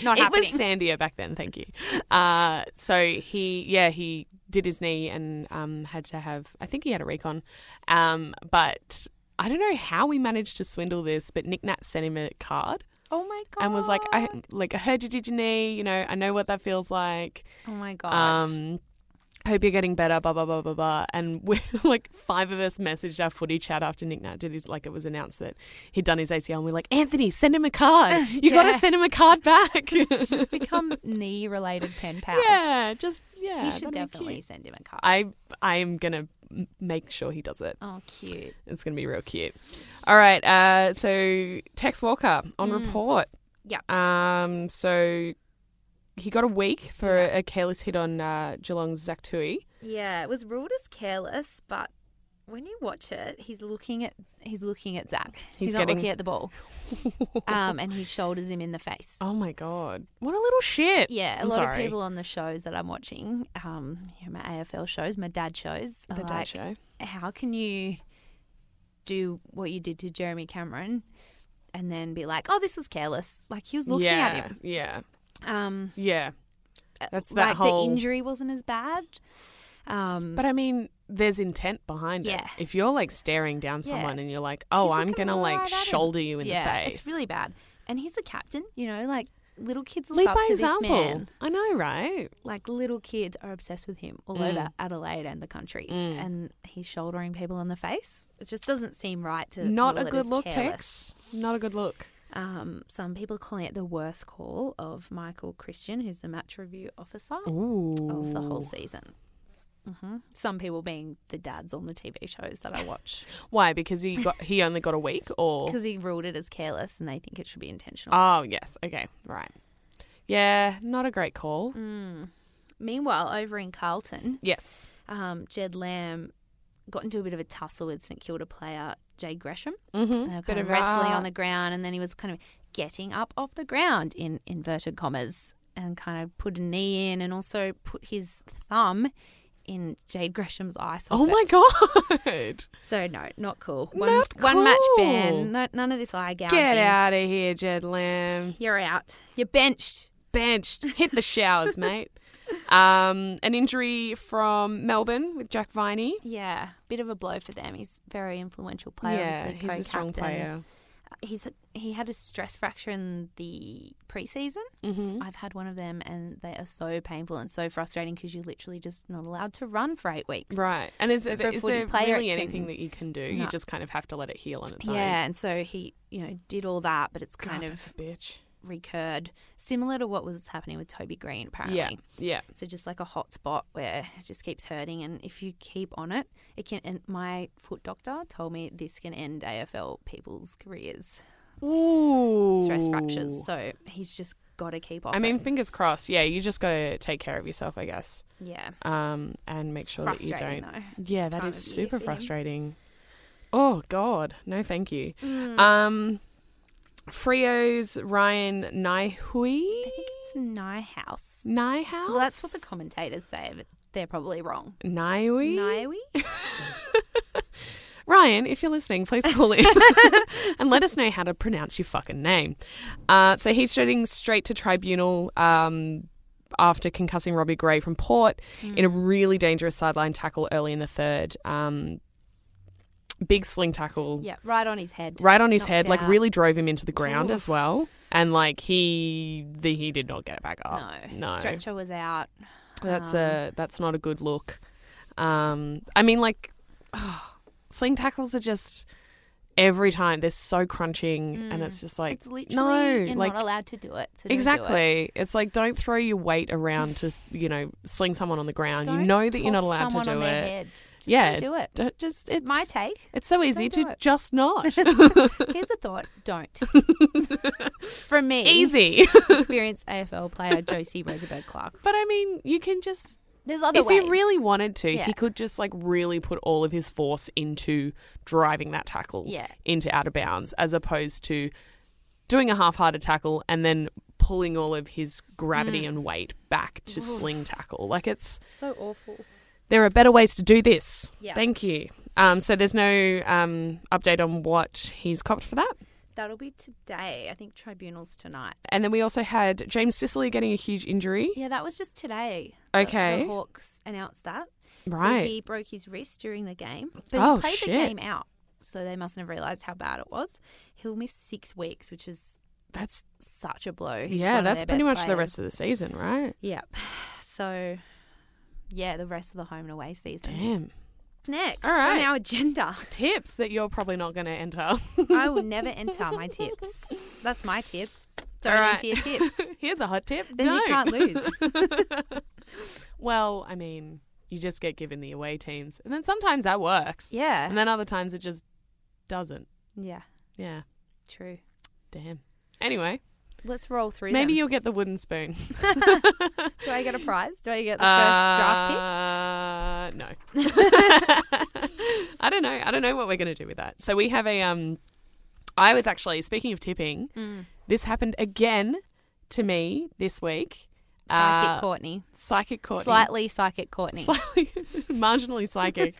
S2: Not
S1: it
S2: happening.
S1: was sandier back then, thank you. Uh, so he, yeah, he did his knee and um, had to have, I think he had a recon, um, but I don't know how we managed to swindle this, but Nick Nat sent him a card
S2: Oh my god.
S1: and was like, I like I heard you did your knee, you know, I know what that feels like.
S2: Oh my gosh.
S1: Um Hope you're getting better, blah blah blah blah blah. And we like five of us messaged our footy chat after Nick Nat did his like it was announced that he'd done his ACL and we're like, Anthony, send him a card. You
S2: Yeah.
S1: gotta send him a card back.
S2: Just become knee related pen pals.
S1: yeah, just yeah.
S2: You should
S1: that'd be
S2: definitely
S1: cute.
S2: send him a card.
S1: I I'm gonna m- make sure he does it.
S2: oh, cute.
S1: It's going to be real cute. All right. Uh, so Tex Walker on
S2: Mm.
S1: report.
S2: Yeah.
S1: Um. So he got a week for a careless hit on uh, Geelong's Zach Tui.
S2: Yeah, it was ruled as careless, but when you watch it, he's looking at he's looking at Zach. He's,
S1: He's
S2: not
S1: getting-
S2: looking at the ball. um, and he shoulders him in the face.
S1: Oh my god! What a little shit.
S2: Yeah, a
S1: I'm
S2: lot of
S1: sorry.
S2: people on the shows that I'm watching, um, you know, my AFL shows, my dad shows, are
S1: The Dad
S2: like,
S1: show.
S2: how can you do what you did to Jeremy Cameron and then be like, oh, this was careless? Like he was looking
S1: yeah.
S2: at him.
S1: Yeah.
S2: Um, uh,
S1: Yeah. That's that
S2: like
S1: whole.
S2: the injury wasn't as bad. Um,
S1: but I mean, there's intent behind
S2: Yeah.
S1: it. If you're like staring down
S2: Yeah.
S1: someone and you're like, "Oh,
S2: He's
S1: I'm
S2: looking
S1: gonna
S2: right
S1: like
S2: at him.
S1: shoulder you in
S2: yeah,
S1: the face,"
S2: it's really bad. And he's the captain, you know, like little kids look
S1: lead
S2: up
S1: by
S2: to
S1: example.
S2: this man.
S1: I know, right?
S2: Like little kids are obsessed with him all over
S1: Mm.
S2: Adelaide and the country, and he's shouldering people in the face. It just doesn't seem right to
S1: Not
S2: rule
S1: a
S2: it
S1: good
S2: as
S1: look, Tex.
S2: careless.
S1: Not a good look.
S2: Um, some people are calling it the worst call of Michael Christian, who's the match review officer
S1: Ooh.
S2: of the whole season. hmm Some people being the dads on the TV shows that I watch
S1: Why? Because he got he only got a week, or
S2: because he ruled it as careless and they think it should be intentional.
S1: oh yes, okay, right, yeah, not a great call.
S2: Mm. Meanwhile, over in Carlton,
S1: Yes,
S2: um, Jed Lamb got into a bit of a tussle with St Kilda player Jay Gresham.
S1: mm-hmm.
S2: They were kind of wrestling on the ground, and then he was kind of getting up off the ground in inverted commas and kind of put a knee in and also put his thumb in Jade Gresham's eye.
S1: Oh
S2: socket.
S1: my god!
S2: So no, not cool. One,
S1: Not
S2: one match
S1: cool.
S2: ban. No, none of this eye gouging.
S1: Get out of here, Jed Lamb.
S2: You're out. You're benched.
S1: Benched. Hit the showers, mate. Um, an injury from Melbourne with Jack Viney.
S2: Yeah, bit of a blow for them. He's a very influential player.
S1: Yeah,
S2: obviously,
S1: he's a strong
S2: co-captain.
S1: player.
S2: He's he had a stress fracture in the preseason.
S1: Mm-hmm.
S2: I've had one of them, and they are so painful and so frustrating because you're literally just not allowed to run for eight weeks.
S1: Right, and is,
S2: So
S1: is
S2: for a
S1: there
S2: footy player,
S1: really
S2: it can-
S1: anything that you can do?
S2: No.
S1: You just kind of have to let it heal on its own.
S2: Yeah, and so he, you know, did all that, but it's
S1: God,
S2: kind
S1: that's
S2: of
S1: a bitch.
S2: recurred, similar to what was happening with Toby Green, apparently.
S1: Yeah, yeah.
S2: So just like a hot spot where it just keeps hurting, and if you keep on it, it can. And my foot doctor told me this can end AFL people's careers,
S1: Ooh,
S2: stress fractures. So he's just got to keep off.
S1: I mean,
S2: it.
S1: fingers crossed. Yeah, you just got to take care of yourself, I guess,
S2: yeah,
S1: um, and make sure that you
S2: frustrating
S1: don't.
S2: though.
S1: Yeah,
S2: This
S1: that
S2: time
S1: is
S2: of year
S1: super
S2: for him.
S1: frustrating. Oh God, no, thank you.
S2: Mm.
S1: Um, Frio's Ryan Naihui
S2: I think it's Nyhouse.
S1: Nyhouse.
S2: Well, that's what the commentators say, but they're probably wrong.
S1: Naihui.
S2: Nyewe?
S1: Ryan, if you're listening, please call in and let us know how to pronounce your fucking name. Uh, so he's heading straight to tribunal um, after concussing Robbie Gray from Port in a
S2: Hmm.
S1: really dangerous sideline tackle early in the third. Um, big sling tackle
S2: Yeah, right on his head.
S1: right on his
S2: Knocked
S1: head, like
S2: out.
S1: really drove him into the ground
S2: Oof.
S1: as well. And like he the, he did not get back
S2: No,
S1: up.
S2: stretcher was out.
S1: That's
S2: Um,
S1: a that's not a good look. Um, I mean, like oh, sling tackles are just every time they're so crunching, and it's just like
S2: Mm. It's literally
S1: no,
S2: you're
S1: like
S2: not allowed to do it. So don't do it.
S1: exactly. It's like don't throw your weight around to you know sling someone on the ground.
S2: Don't
S1: you know that you're not
S2: toss
S1: allowed to
S2: someone on
S1: do
S2: their
S1: it.
S2: head. Just
S1: Yeah,
S2: don't do it.
S1: Don't just it's
S2: My take.
S1: it's so easy
S2: Don't do
S1: to
S2: it.
S1: just not
S2: Here's a thought. Don't. From me,
S1: easy.
S2: experienced AFL player Josie Rosenberg Clark.
S1: but I mean, you can just
S2: There's other
S1: if
S2: ways.
S1: he really wanted to,
S2: Yeah.
S1: he could just like really put all of his force into driving that tackle
S2: Yeah.
S1: into out of bounds, as opposed to doing a half-hearted tackle and then pulling all of his gravity
S2: Mm.
S1: and weight back to sling tackle. Like it's
S2: so awful.
S1: there are better ways to do this.
S2: Yeah.
S1: Thank you. Um, so there's no um, update on what he's copped for that.
S2: That'll be today. I think tribunals tonight.
S1: And then we also had James Sicily getting a huge injury.
S2: Yeah, that was just today. The,
S1: Okay,
S2: the Hawks announced that. So
S1: right.
S2: he broke his wrist during the game, but
S1: Oh,
S2: he played the
S1: shit.
S2: game out. so they mustn't have realised how bad it was. He'll miss six weeks, which is
S1: That's
S2: such a blow. He's
S1: yeah,
S2: one of
S1: that's
S2: their
S1: pretty much
S2: best
S1: the
S2: players.
S1: rest of the season, right?
S2: Yep. So, yeah, the rest of the home and away season.
S1: Damn.
S2: What's next
S1: All
S2: on
S1: right.
S2: our agenda?
S1: Tips that you're probably not going to enter.
S2: I will never enter my tips. That's my tip. Don't
S1: All right.
S2: enter your tips.
S1: Here's a hot tip.
S2: Then you
S1: Don't.
S2: can't lose.
S1: Well, I mean, you just get given the away teams, and then sometimes that works, and
S2: Yeah.
S1: then other times it just doesn't.
S2: Yeah.
S1: Yeah.
S2: True.
S1: Damn. Anyway,
S2: Let's roll through.
S1: maybe
S2: them.
S1: you'll get the wooden spoon.
S2: Do I get a prize? Do I get the first draft
S1: Uh, no. I don't know. I don't know what we're going to do with that. So we have a um I was actually speaking of tipping,
S2: pick? Mm.
S1: this happened again to me this week.
S2: Psychic
S1: Uh,
S2: Courtney.
S1: Psychic Courtney.
S2: Slightly psychic Courtney.
S1: Slightly marginally psychic.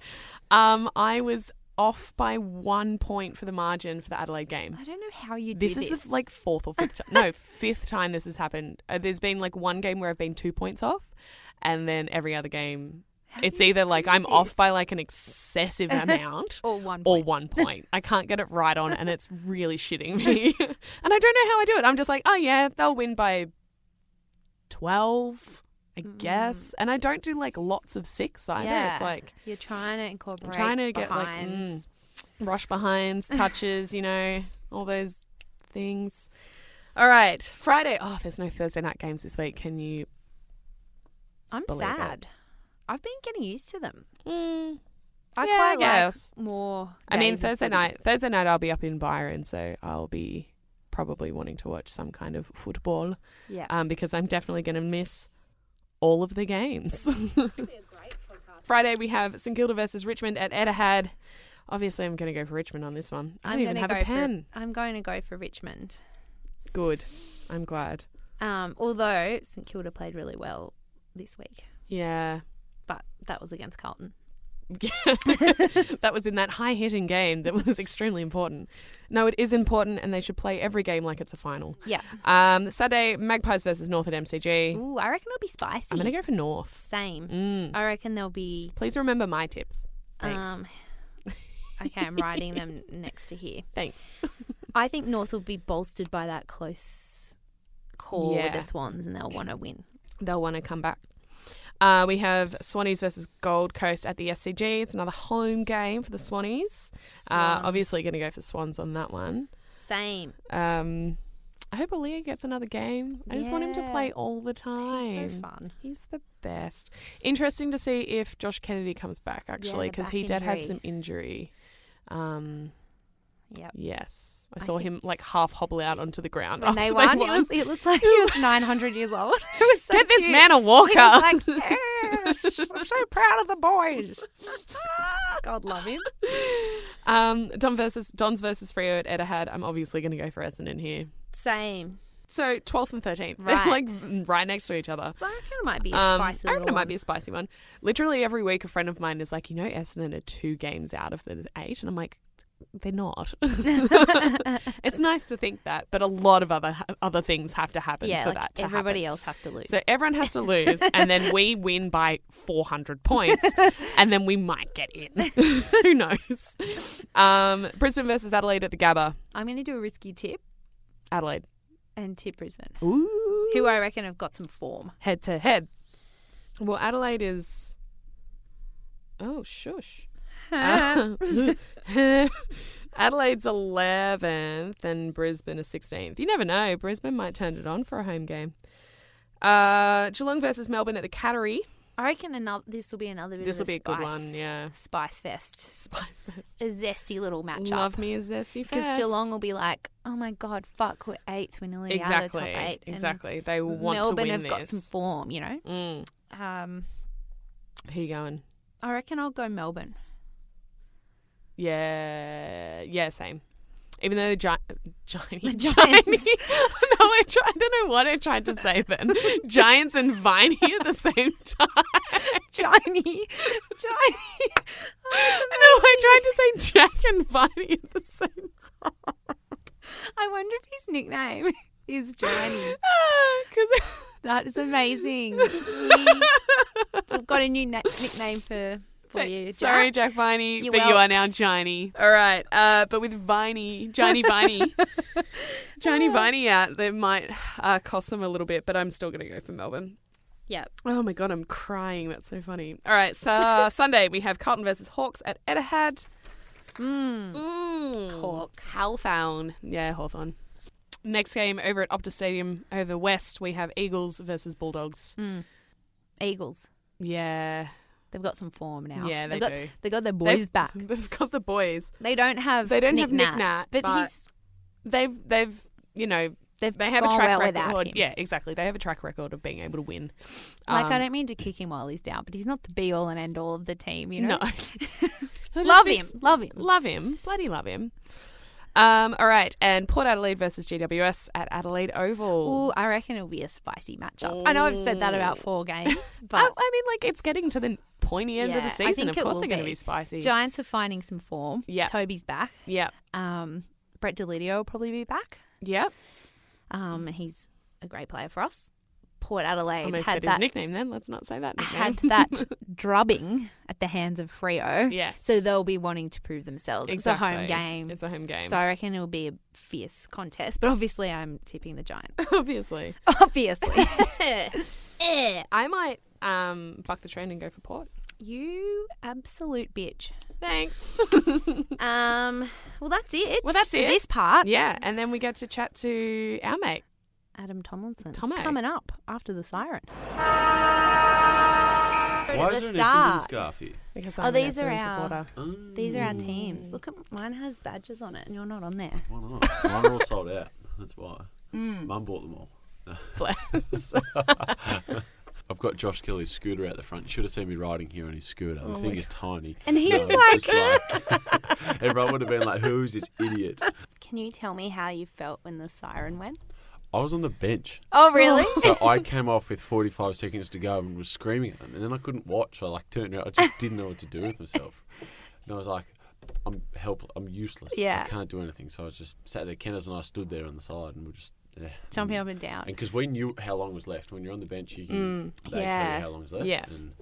S1: um I was off by 1 point for the margin for the Adelaide game.
S2: I don't know how you
S1: This
S2: do
S1: is
S2: this.
S1: the like fourth or fifth time. No, fifth time this has happened. Uh, there's been like one game where I've been 2 points off and then every other game
S2: How do
S1: it's
S2: you
S1: either like
S2: do
S1: I'm off
S2: this?
S1: by like an excessive amount
S2: or one
S1: or
S2: point.
S1: one point. I can't get it right on, and it's really shitting me. and I don't know how I do it. I'm just like, oh yeah, they'll win by twelve, I guess. And I don't do like lots of six either.
S2: Hmm. Yeah.
S1: It's like
S2: You're trying to incorporate.
S1: trying to get, like, mm.
S2: behinds.
S1: rush behinds, touches, you know, all those things. All right, Friday. Oh, there's no Thursday night games this week. Can you?
S2: I'm
S1: believe it.
S2: sad. I've been getting used to them.
S1: Mm,
S2: I
S1: Yeah, I
S2: quite
S1: guess.
S2: like more.
S1: I mean,
S2: days of
S1: Thursday
S2: footy.
S1: night. Thursday night, I'll be up in Byron, so I'll be probably wanting to watch some kind of football
S2: Yeah.
S1: um, because I'm definitely going to miss all of the games. Friday, we have St Kilda versus Richmond at Etihad. Obviously, I'm going to go for Richmond on this one. I
S2: I'm
S1: don't even
S2: gonna
S1: have
S2: go
S1: a pen.
S2: For, I'm going to go for Richmond.
S1: Good. I'm glad.
S2: Um, although St Kilda played really well this week,
S1: Yeah.
S2: but that was against Carlton.
S1: that was in that high hitting game that was extremely important. No, it is important, and they should play every game like it's a final.
S2: Yeah.
S1: Um, Saturday, Magpies versus North at MCG.
S2: Ooh, I reckon it'll be spicy.
S1: I'm going to go for North.
S2: Same.
S1: Mm.
S2: I reckon there'll be.
S1: Please remember my tips. Thanks.
S2: Um, okay, I'm writing them next to here.
S1: Thanks.
S2: I think North will be bolstered by that close call with
S1: Yeah.
S2: the Swans, and they'll want to win.
S1: They'll want to come back. Uh, we have Swannies versus Gold Coast at the SCG. It's another home game for the Swannies. Uh,
S2: Swans.
S1: obviously, going to go for Swans on that one.
S2: Same.
S1: Um, I hope Aaliyah gets another game. I just want him to
S2: Yeah.
S1: play all the
S2: He's
S1: time.
S2: so fun.
S1: He's the best. Interesting to see if Josh Kennedy comes back, actually,
S2: the
S1: because
S2: back
S1: he did have
S2: injury.
S1: some injury. Um,
S2: Yep.
S1: yes. I
S2: I
S1: saw
S2: think-
S1: him like half hobble out onto the ground
S2: When they
S1: after
S2: won, It, was, it looked like he was 900 years old. It was so
S1: Get this
S2: cute.
S1: man a
S2: He
S1: walker.
S2: was like, "Yes, I'm so proud of the boys. God love him.
S1: Um, Don versus Don's versus Freo at Etihad. I'm obviously going to go for Essendon here.
S2: Same.
S1: So 12th and 13th,
S2: Right.
S1: they're like right next to each other.
S2: So I reckon it might be a
S1: Um, I
S2: spicy
S1: reckon it
S2: little
S1: might be a spicy one. Literally every week, a friend of mine is like, you know, Essendon are two games out of the eight, and I'm like, they're not. it's nice to think that, but a lot of other other things have to happen
S2: one. Yeah,
S1: for
S2: like
S1: that to
S2: everybody
S1: happen.
S2: else has to lose.
S1: So everyone has to lose, and then we win by 400 points, and then we might get in. Who knows? Um, Brisbane versus Adelaide at the Gabba.
S2: I'm going to do a risky tip
S1: Adelaide.
S2: and tip Brisbane,
S1: Ooh.
S2: who I reckon have got some form.
S1: Head to head. Well, Adelaide is. Oh, shush. Uh, Adelaide's 11th and Brisbane is 16th. You never know. Brisbane might turn it on for a home game. Uh, Geelong versus Melbourne at the Cattery.
S2: I reckon another. This will be another bit
S1: This will
S2: of
S1: be a good
S2: spice-
S1: one. Yeah.
S2: Spice fest,
S1: Spice Fest.
S2: a zesty little matchup.
S1: Love me a zesty fest.
S2: because Geelong will be like, "Oh my god, fuck, we're eighth, we're nearly out of the
S1: Exactly.
S2: top eight. And
S1: Exactly. They will want
S2: Melbourne
S1: to
S2: have
S1: win
S2: got
S1: this.
S2: some form, you know.
S1: Mm.
S2: Um,
S1: Who you going?
S2: I reckon I'll go Melbourne.
S1: Yeah, yeah, same. Even though the gi- Giants,
S2: Giants.
S1: Giants. no, I, try, I don't know what I tried to say then. Giants and Viney at the same time.
S2: Johnny, Johnny.
S1: I know I tried to say Jack and Viney at the same time.
S2: I wonder if his nickname is Johnny.
S1: Because
S2: That is amazing. We- We've got a new na- nickname for for you. Jack.
S1: Sorry, Jack Viney,
S2: You
S1: but you are now
S2: whelps.
S1: Johnny. All right, uh, but with Viney, Johnny Viney, Johnny Viney out, that might uh, cost them a little bit, but I'm still going to go for Melbourne.
S2: Yep.
S1: Oh my god, I'm crying. That's so funny. All right, so uh, Sunday we have Carlton versus Hawks at Etihad.
S2: Mm.
S1: Mm.
S2: Hawks.
S1: Hawthorn. Yeah, Hawthorn. Next game over at Optus Stadium over West, we have Eagles versus Bulldogs.
S2: Mm. Eagles.
S1: Yeah,
S2: They've got some form now.
S1: yeah, they
S2: have got,
S1: do.
S2: They got their boys back.
S1: They've got the boys.
S2: They don't have.
S1: They don't
S2: Nick
S1: have Nick
S2: Nat,
S1: Nat,
S2: but,
S1: but-
S2: he's.
S1: They've they've you know
S2: They've
S1: they have a
S2: gone
S1: track
S2: well without
S1: record.
S2: him.
S1: Yeah, exactly. They have a track record of being able to win.
S2: Like I
S1: Um,
S2: don't mean to kick him while he's down, but he's not the be all and end all of the team. You know.
S1: No. Who does
S2: love him.
S1: this-
S2: Love him.
S1: Love him. Bloody love him. Um, all right, and Port Adelaide versus GWS at Adelaide Oval.
S2: Ooh, I reckon it'll be a spicy matchup. I know I've said that about four games,
S1: I,
S2: but
S1: I mean, like it's getting to the pointy end of
S2: Yeah, I
S1: the season.
S2: think
S1: Of
S2: it
S1: course,
S2: will
S1: they're going to
S2: be.
S1: be spicy.
S2: Giants are finding some form.
S1: Yeah.
S2: Toby's back.
S1: yep,
S2: Um, Brett Delidio will probably be back.
S1: yep.
S2: Um, and he's a great player for us. Port Adelaide
S1: Almost
S2: had
S1: said his
S2: that
S1: nickname. Then let's not say that. Nickname.
S2: had that drubbing at the hands of Frio.
S1: yes.
S2: So they'll be wanting to prove themselves. It's a home
S1: Exactly.
S2: game.
S1: It's a home game.
S2: So I reckon it'll be a fierce contest. But obviously, I'm tipping the Giants.
S1: Obviously,
S2: obviously,
S1: I might um buck the train and go for Port.
S2: you absolute bitch.
S1: Thanks.
S2: Um. Well, that's it.
S1: Well, that's
S2: for
S1: it.
S2: This part.
S1: yeah, and then we get to chat to our mate.
S2: Adam Tomlinson
S1: Tomo.
S2: coming up after the siren.
S3: Why
S2: The
S3: is there an
S2: star.
S3: Essendon scarf here?
S1: Because
S2: Oh, these are
S1: Essendon
S2: our-
S3: Um,
S2: These are our teams. Look at mine has badges on it, and you're not on there.
S3: Why not? Mine are all sold out. That's why.
S1: Hmm.
S3: Mum bought them all.
S1: Bless.
S3: I've got Josh Kelly's scooter out the front. You should have seen me riding here on his scooter. The thing is tiny.
S2: And he was
S3: it's just like- everyone would have been like, "Who's this idiot?"
S2: Can you tell me how you felt when the siren went?
S3: I was on the bench,
S2: Oh, really?
S3: so I came off with 45 seconds to go and was screaming at them, and then I couldn't watch. I like turned around. I just didn't know what to do with myself, and I was like, "I'm helpless. I'm useless.
S2: Yeah.
S3: I can't do anything." So I was just sat there. Kenneth and I stood there on the side, and we are just yeah.
S2: Jumping up and down.
S3: And because we knew how long was left. When you're on the bench, you can they tell
S2: yeah.
S3: you how long's left.
S1: Mm, Yeah.
S3: And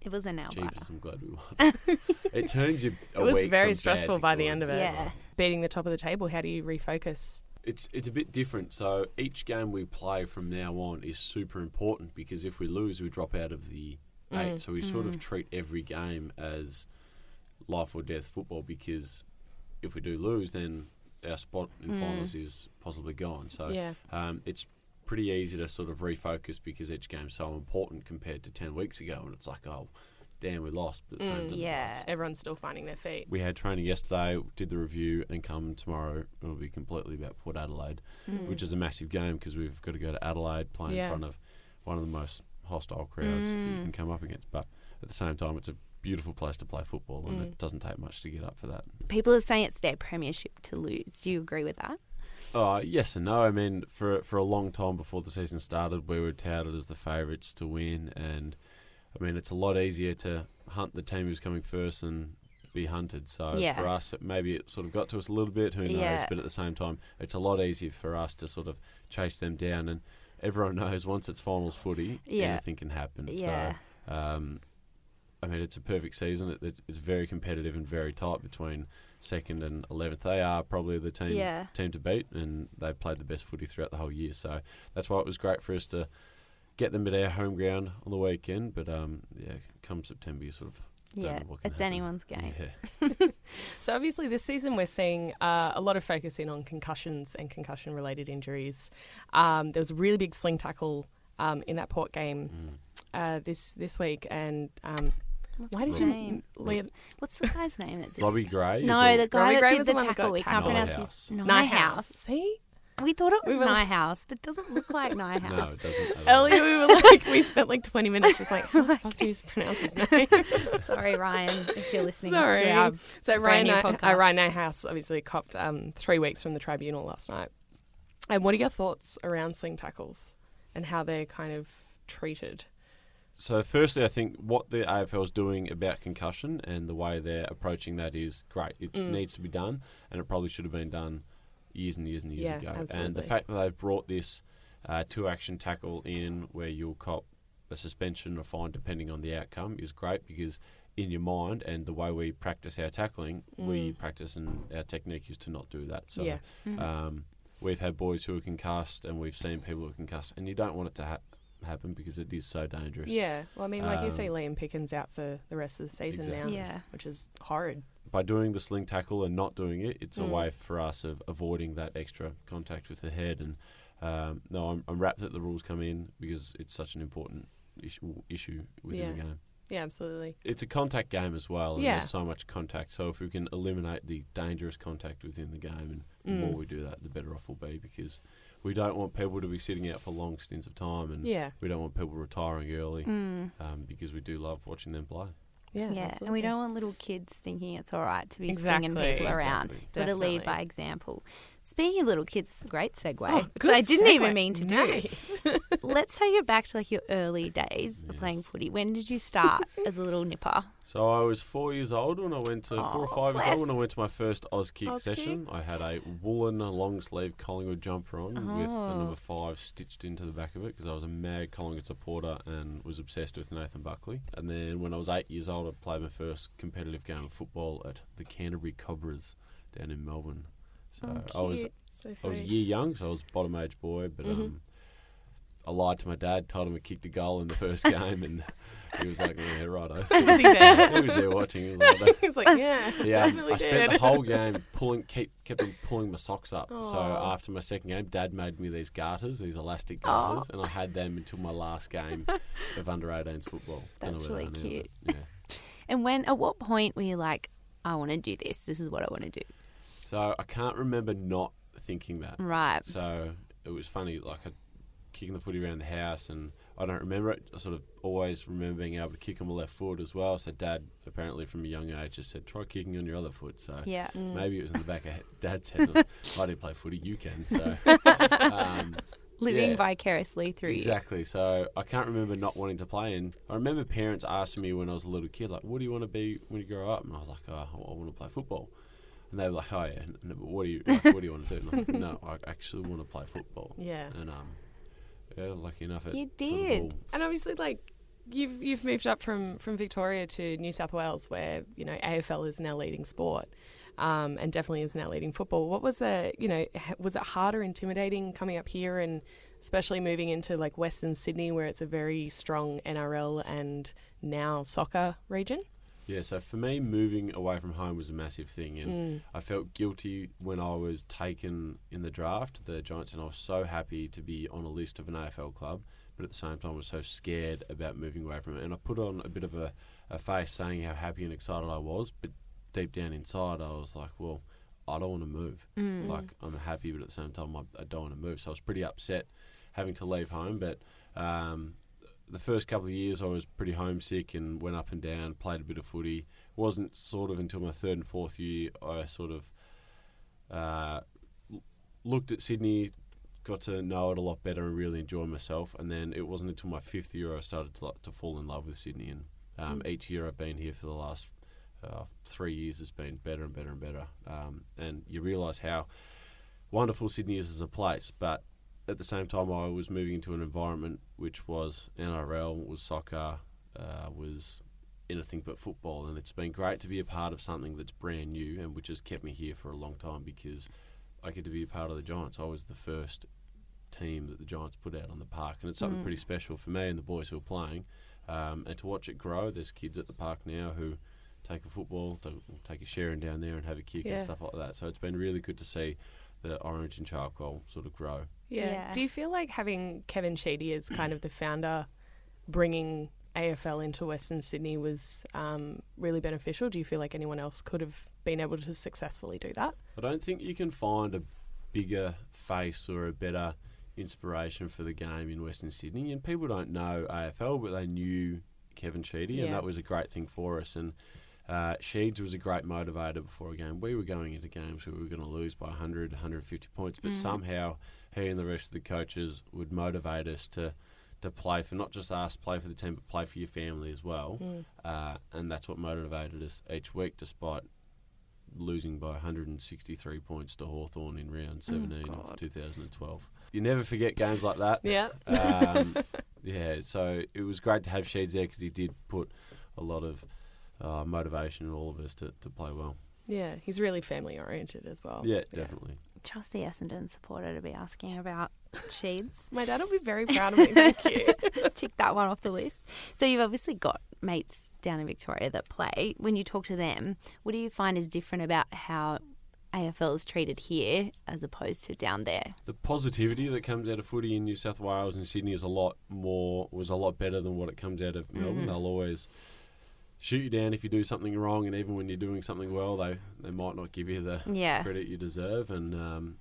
S2: It was an hour.
S3: Jesus, I'm glad we won. it turns you.
S1: It was very stressful by the end of it.
S2: Yeah.
S1: Beating the top of the table, how do you refocus?
S3: It's it's a bit different. So each game we play from now on is super important because if we lose, we drop out of the eight. So we sort of treat every game as life or death football because if we do lose, then our spot in finals is possibly gone. So
S1: Yeah.
S3: um, it's pretty easy to sort of refocus because each game's so important compared to 10 weeks ago and it's like oh damn we lost but at the same time,
S2: Yeah.
S1: Everyone's still finding their feet.
S3: we had training yesterday, did the review, and come tomorrow it'll be completely about Port Adelaide, which is a massive game because we've got to go to Adelaide, play
S1: Yeah.
S3: in front of one of the most hostile crowds you can come up against. But at the same time, it's a beautiful place to play football, and it doesn't take much to get up for that.
S2: People are saying it's their premiership to lose. Do you agree with that?
S3: Uh, yes and no. I mean, for for a long time before the season started, we were touted as the favourites to win, and I mean, it's a lot easier to hunt the team who's coming first than be hunted. So
S2: Yeah.
S3: for us, it, maybe it sort of got to us a little bit. Who knows?
S2: Yeah.
S3: But at the same time, it's a lot easier for us to sort of chase them down, and everyone knows once it's finals footy,
S2: Yeah.
S3: anything can happen.
S2: Yeah.
S3: So. Um, I mean, it's a perfect season. It, it's- it's very competitive and very tight between second and eleventh. They are probably the team
S2: Yeah.
S3: team to beat, and they played the best footy throughout the whole year. So that's why it was great for us to get them at our home ground on the weekend. But um, yeah, come September, you sort of don't
S2: yeah.
S3: know what can
S2: It's
S3: happen.
S2: anyone's game.
S3: Yeah.
S1: So obviously, this season we're seeing uh, a lot of focus in on concussions and concussion-related injuries. Um, there was a really big sling tackle um, in that Port game
S3: Mm.
S1: uh, this this week, and um,
S2: What's
S1: why
S2: his
S1: did you?
S2: name?
S1: Liam,
S2: What's the guy's name that did
S3: Robbie Gray. is
S2: No,
S3: the-
S2: the guy
S1: Robbie Gray
S2: that did
S1: was
S2: the
S1: the one that
S2: tackle.
S1: got
S2: We can't
S3: tackled.
S2: pronounce his
S1: Nyhouse.
S2: Nyhouse.
S1: See,
S2: We thought it was
S1: We were-
S2: Nyhouse, but it doesn't look like Nyhouse.
S3: no, it doesn't. at all.
S1: earlier we were like, we spent like twenty minutes just like, how the fuck do you pronounce his name?
S2: Sorry, Ryan, if you're listening
S1: Sorry.
S2: to our
S1: So Ryan,
S2: brand new
S1: uh,
S2: podcast.
S1: Ryan House obviously copped um, three weeks from the tribunal last night. And what are your thoughts around sling tackles and how they're kind of treated?
S3: So, firstly, I think what the AFL is doing about concussion and the way they're approaching that is great. It
S1: Mm.
S3: needs to be done, and it probably should have been done years and years and years
S1: Yeah,
S3: ago. And
S1: absolutely.
S3: the fact that they've brought this uh, two action tackle in where you'll cop a suspension or fine, depending on the outcome, is great because in your mind and the way we practice our tackling, we practice and our technique is to not do that. So
S1: Mm. Yeah.
S3: um, we've had boys who can cast, and we've seen people who can cast, and you don't want it to ha- happen because it is so dangerous.
S1: Yeah. Well, I mean, like you say,
S3: Um,
S1: Liam Pickens out for the rest of the season
S3: Exactly.
S1: now,
S2: Yeah.
S1: which is horrid.
S3: By doing the sling tackle and not doing it, it's a
S1: Mm.
S3: way for us of avoiding that extra contact with the head. And um, no, I'm, I'm wrapped that the rules come in because it's such an important issue, issue within the
S1: Yeah.
S3: game.
S1: Yeah, absolutely.
S3: It's a contact game as well, and
S1: Yeah.
S3: there's so much contact. So if we can eliminate the dangerous contact within the game, and the
S1: Mm.
S3: more we do that, the better off we'll be because we don't want people to be sitting out for long stints of time, and
S1: Yeah.
S3: we don't want people retiring early
S2: Mm.
S3: um, because we do love watching them play.
S1: Yeah.
S2: Yeah, and we
S1: absolutely.
S2: don't want little kids thinking it's all right to be slinging
S1: Exactly.
S2: people around.
S3: Exactly.
S2: But to lead
S1: Definitely.
S2: by example. Speaking of little kids, great segue,
S1: Oh,
S2: which
S1: good
S2: I didn't even
S1: segue.
S2: mean to do.
S1: Mate.
S2: Let's take it back to like your early days of playing
S3: Yes.
S2: footy. When did you start as a little nipper?
S3: So I was four years old when I went to four or
S2: Aw,
S3: five years old when I
S2: Oh, bless.
S3: went to my first Oz kick
S1: Oz
S3: session. I had a woolen uh, long sleeve Collingwood jumper on with the
S2: Oh.
S3: number five stitched into the back of it because I was a mad Collingwood supporter and was obsessed with Nathan Buckley. And then when I was eight years old, I played my first competitive game of football at the Canterbury Cobras down in Melbourne. So
S2: Oh,
S3: I was
S2: cute. Mm-hmm.
S1: So
S3: I was a
S1: sweet.
S3: year young, so I was bottom age boy, but
S1: Mhm.
S3: um, I lied to my dad, told him I kicked a goal in the first game, and he was like, "Yeah, righto."
S1: Was he there?
S3: he was there watching. He was like, "No."
S1: He's like, yeah,
S3: yeah, um,
S1: definitely
S3: I spent the
S1: did.
S3: whole game pulling, keep, kept on pulling my socks up. So
S1: Aw.
S3: after my second game, Dad made me these garters, these elastic
S2: Aw.
S3: garters, and I had them until my last game of under 18s football.
S2: That's
S3: where they
S2: really
S3: are now,
S2: cute.
S3: but, yeah.
S2: And when at what point were you like, I want to do this. This is what I want to do.
S3: So I can't remember not thinking that.
S2: Right.
S3: So it was funny, like I kicking the footy around the house, and I don't remember it. I sort of always remember being able to kick on my left foot as well. So dad, apparently from a young age, just said try kicking on your other foot. So
S2: Yeah.
S3: maybe it was in the back of he- dad's head. I didn't play footy, you can. So um,
S2: Living
S3: yeah.
S2: vicariously through
S3: exactly. So I can't remember not wanting to play, and I remember parents asking me when I was a little kid, like, "What do you want to be when you grow up?" And I was like, "Oh, I want to play football." And they were like, "Oh yeah, n- no, but what do you like, what do you want to do?" And I was like, "No, I actually want to play football."
S1: Yeah.
S3: And um, yeah, lucky enough, it
S2: You
S3: sort of
S2: did.
S3: all-
S1: And obviously, like you've you've moved up from from Victoria to New South Wales, where you know AFL is now leading sport, um, and definitely is now leading football. What was the you know h- was it harder, intimidating coming up here, and especially moving into like Western Sydney, where it's a very strong NRL and now soccer region?
S3: Yeah, so for me, moving away from home was a massive thing, and I felt guilty when I was taken in the draft, the Giants, and I was so happy to be on a list of an AFL club, but at the same time, was so scared about moving away from it. And I put on a bit of a, a face saying how happy and excited I was, but deep down inside, I was like, well, I don't want to move. Like, I'm happy, but at the same time, I, I don't want to move. So I was pretty upset having to leave home, but. Um, the first couple of years I was pretty homesick and went up and down, played a bit of footy. It wasn't sort of until my third and fourth year I sort of uh, l- looked at Sydney, got to know it a lot better and really enjoy myself. And then it wasn't until my fifth year I started to, like, to fall in love with Sydney. And um, each year I've been here for the last uh, three years has been better and better and better. Um, and you realise how wonderful Sydney is as a place, but at the same time, I was moving into an environment which was NRL, was soccer, uh, was anything but football, and it's been great to be a part of something that's brand new and which has kept me here for a long time because I get to be a part of the Giants. I was the first team that the Giants put out on the park, and it's something pretty special for me and the boys who are playing, um, and to watch it grow. There's kids at the park now who take a football, to- take a sharing down there, and have a kick
S1: Yeah.
S3: and stuff like that. So it's been really good to see the orange and charcoal sort of grow.
S1: Yeah.
S2: Yeah.
S1: Do you feel like having Kevin Sheedy as kind of the founder, bringing AFL into Western Sydney was um, really beneficial? Do you feel like anyone else could have been able to successfully do that?
S3: I don't think you can find a bigger face or a better inspiration for the game in Western Sydney. And people don't know AFL, but they knew Kevin Sheedy,
S1: Yeah.
S3: and that was a great thing for us. And uh, Sheeds was a great motivator before a game. We were going into games where we were going to lose by 100, 150 points, but somehow he and the rest of the coaches would motivate us to to play for not just us, play for the team, but play for your family as well. Uh, and that's what motivated us each week, despite losing by 163 points to Hawthorn in round 17
S2: God.
S3: of 2012. You never forget games like that.
S1: Yeah.
S3: um, yeah, so it was great to have Sheeds there because he did put a lot of uh, motivation in all of us to, to play well.
S1: Yeah, he's really family oriented as well.
S3: yeah, definitely.
S2: Trust the Essendon supporter to be asking about sheeds.
S1: My dad will be very proud of me. Thank you.
S2: Tick that one off the list. So you've obviously got mates down in Victoria that play. When you talk to them, what do you find is different about how AFL is treated here as opposed to down there?
S3: The positivity that comes out of footy in New South Wales and Sydney is a lot more was a lot better than what it comes out of
S2: Mm-hmm.
S3: Melbourne. They'll always shoot you down if you do something wrong, and even when you're doing something well, they they might not give you the
S2: Yeah.
S3: credit you deserve. And um,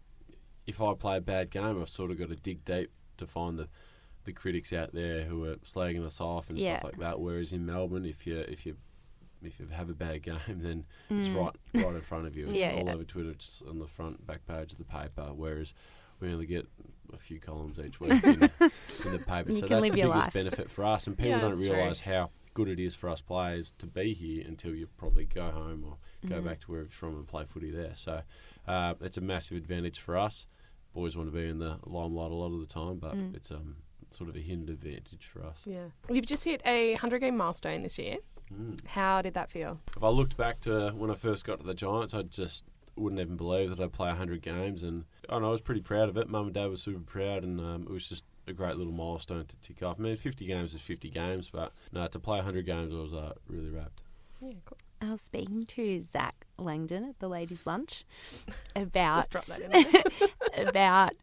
S3: if I play a bad game, I've sort of got to dig deep to find the the critics out there who are slagging us off and
S2: Yeah.
S3: stuff like that. Whereas in Melbourne, if you if you if you have a bad game, then it's right right in front of you. It's
S2: Mm. Yeah,
S3: all
S2: yeah.
S3: over Twitter. It's on the front back page of the paper. Whereas we only get a few columns each week in, in the paper.
S2: You
S3: so
S2: can
S3: that's
S2: live
S3: the
S2: your
S3: biggest
S2: life.
S3: benefit for us. And people
S1: Yeah,
S3: don't
S1: that's true.
S3: realise how good it is for us players to be here until you probably go home or go
S2: Mm-hmm.
S3: back to where it's from and play footy there. So uh, it's a massive advantage for us. Boys want to be in the limelight a lot of the time, but
S2: Mm.
S3: it's um sort of a hidden advantage for us.
S1: Yeah. You've just hit a 100 game milestone this year.
S3: Mm.
S1: How did that feel?
S3: If I looked back to when I first got to the Giants, I just wouldn't even believe that I'd play 100 games. And I, know, I was pretty proud of it. Mum and Dad were super proud, and um, it was just a great little milestone to tick off. I mean, 50 games is 50 games, but no, to play 100 games, I was uh, really wrapped.
S1: Yeah, cool.
S2: I was speaking to Zach Langdon at the ladies' lunch
S1: Just
S2: about
S1: drop that in there.
S2: about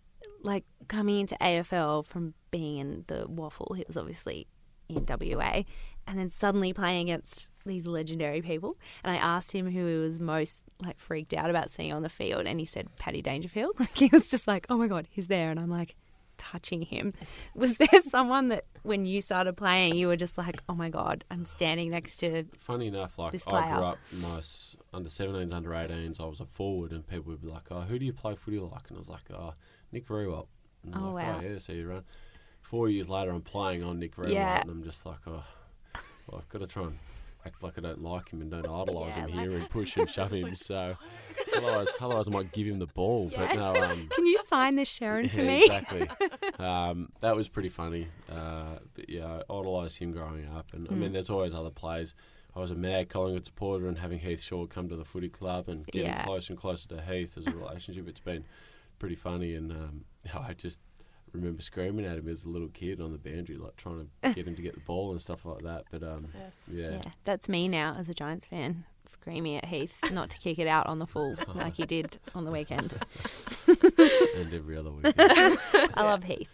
S2: like coming into AFL from being in the waffle. He was obviously in WA, and then suddenly playing against these legendary people. And I asked him who he was most like freaked out about seeing on the field, and he said Paddy Dangerfield. Like he was just like, oh my god, he's there, and I'm like touching him. Was there someone that when you started playing, you were just like, oh my god, I'm standing next to
S3: Funny enough, like
S2: This
S3: I
S2: player.
S3: grew up, my s- under 17s, under 18s, I was a forward, and people would be like, "Oh, who do you play footy like?" And I was like, "Oh, Nick Rewalt." And I'm
S2: Oh,
S3: like,
S2: wow.
S3: Oh, yeah, so you run. Four years later, I'm playing on Nick Rewalt,
S2: Yeah.
S3: and I'm just like, "Oh, well, I've got to try and act like I don't like him and don't idolise
S2: Yeah,
S3: him
S2: like-
S3: here and push and shove him." So, otherwise, otherwise, I might give him the ball, but no. Um,
S2: Can you sign this Sharon for
S3: yeah,
S2: me?
S3: Exactly. um, that was pretty funny. Uh, but yeah, I idolised him growing up, and I
S2: Hmm.
S3: mean, there's always other players. I was a mad Collingwood supporter, and having Heath Shaw come to the footy club and getting
S2: Yeah.
S3: closer and closer to Heath as a relationship, it's been pretty funny. And um, I just remember screaming at him as a little kid on the boundary, like trying to get him to get the ball and stuff like that. But um,
S1: Yes.
S3: yeah,
S2: Yeah, that's me now as a Giants fan, screaming at Heath not to kick it out on the full like he did on the weekend.
S3: and every other weekend.
S2: I love Heath.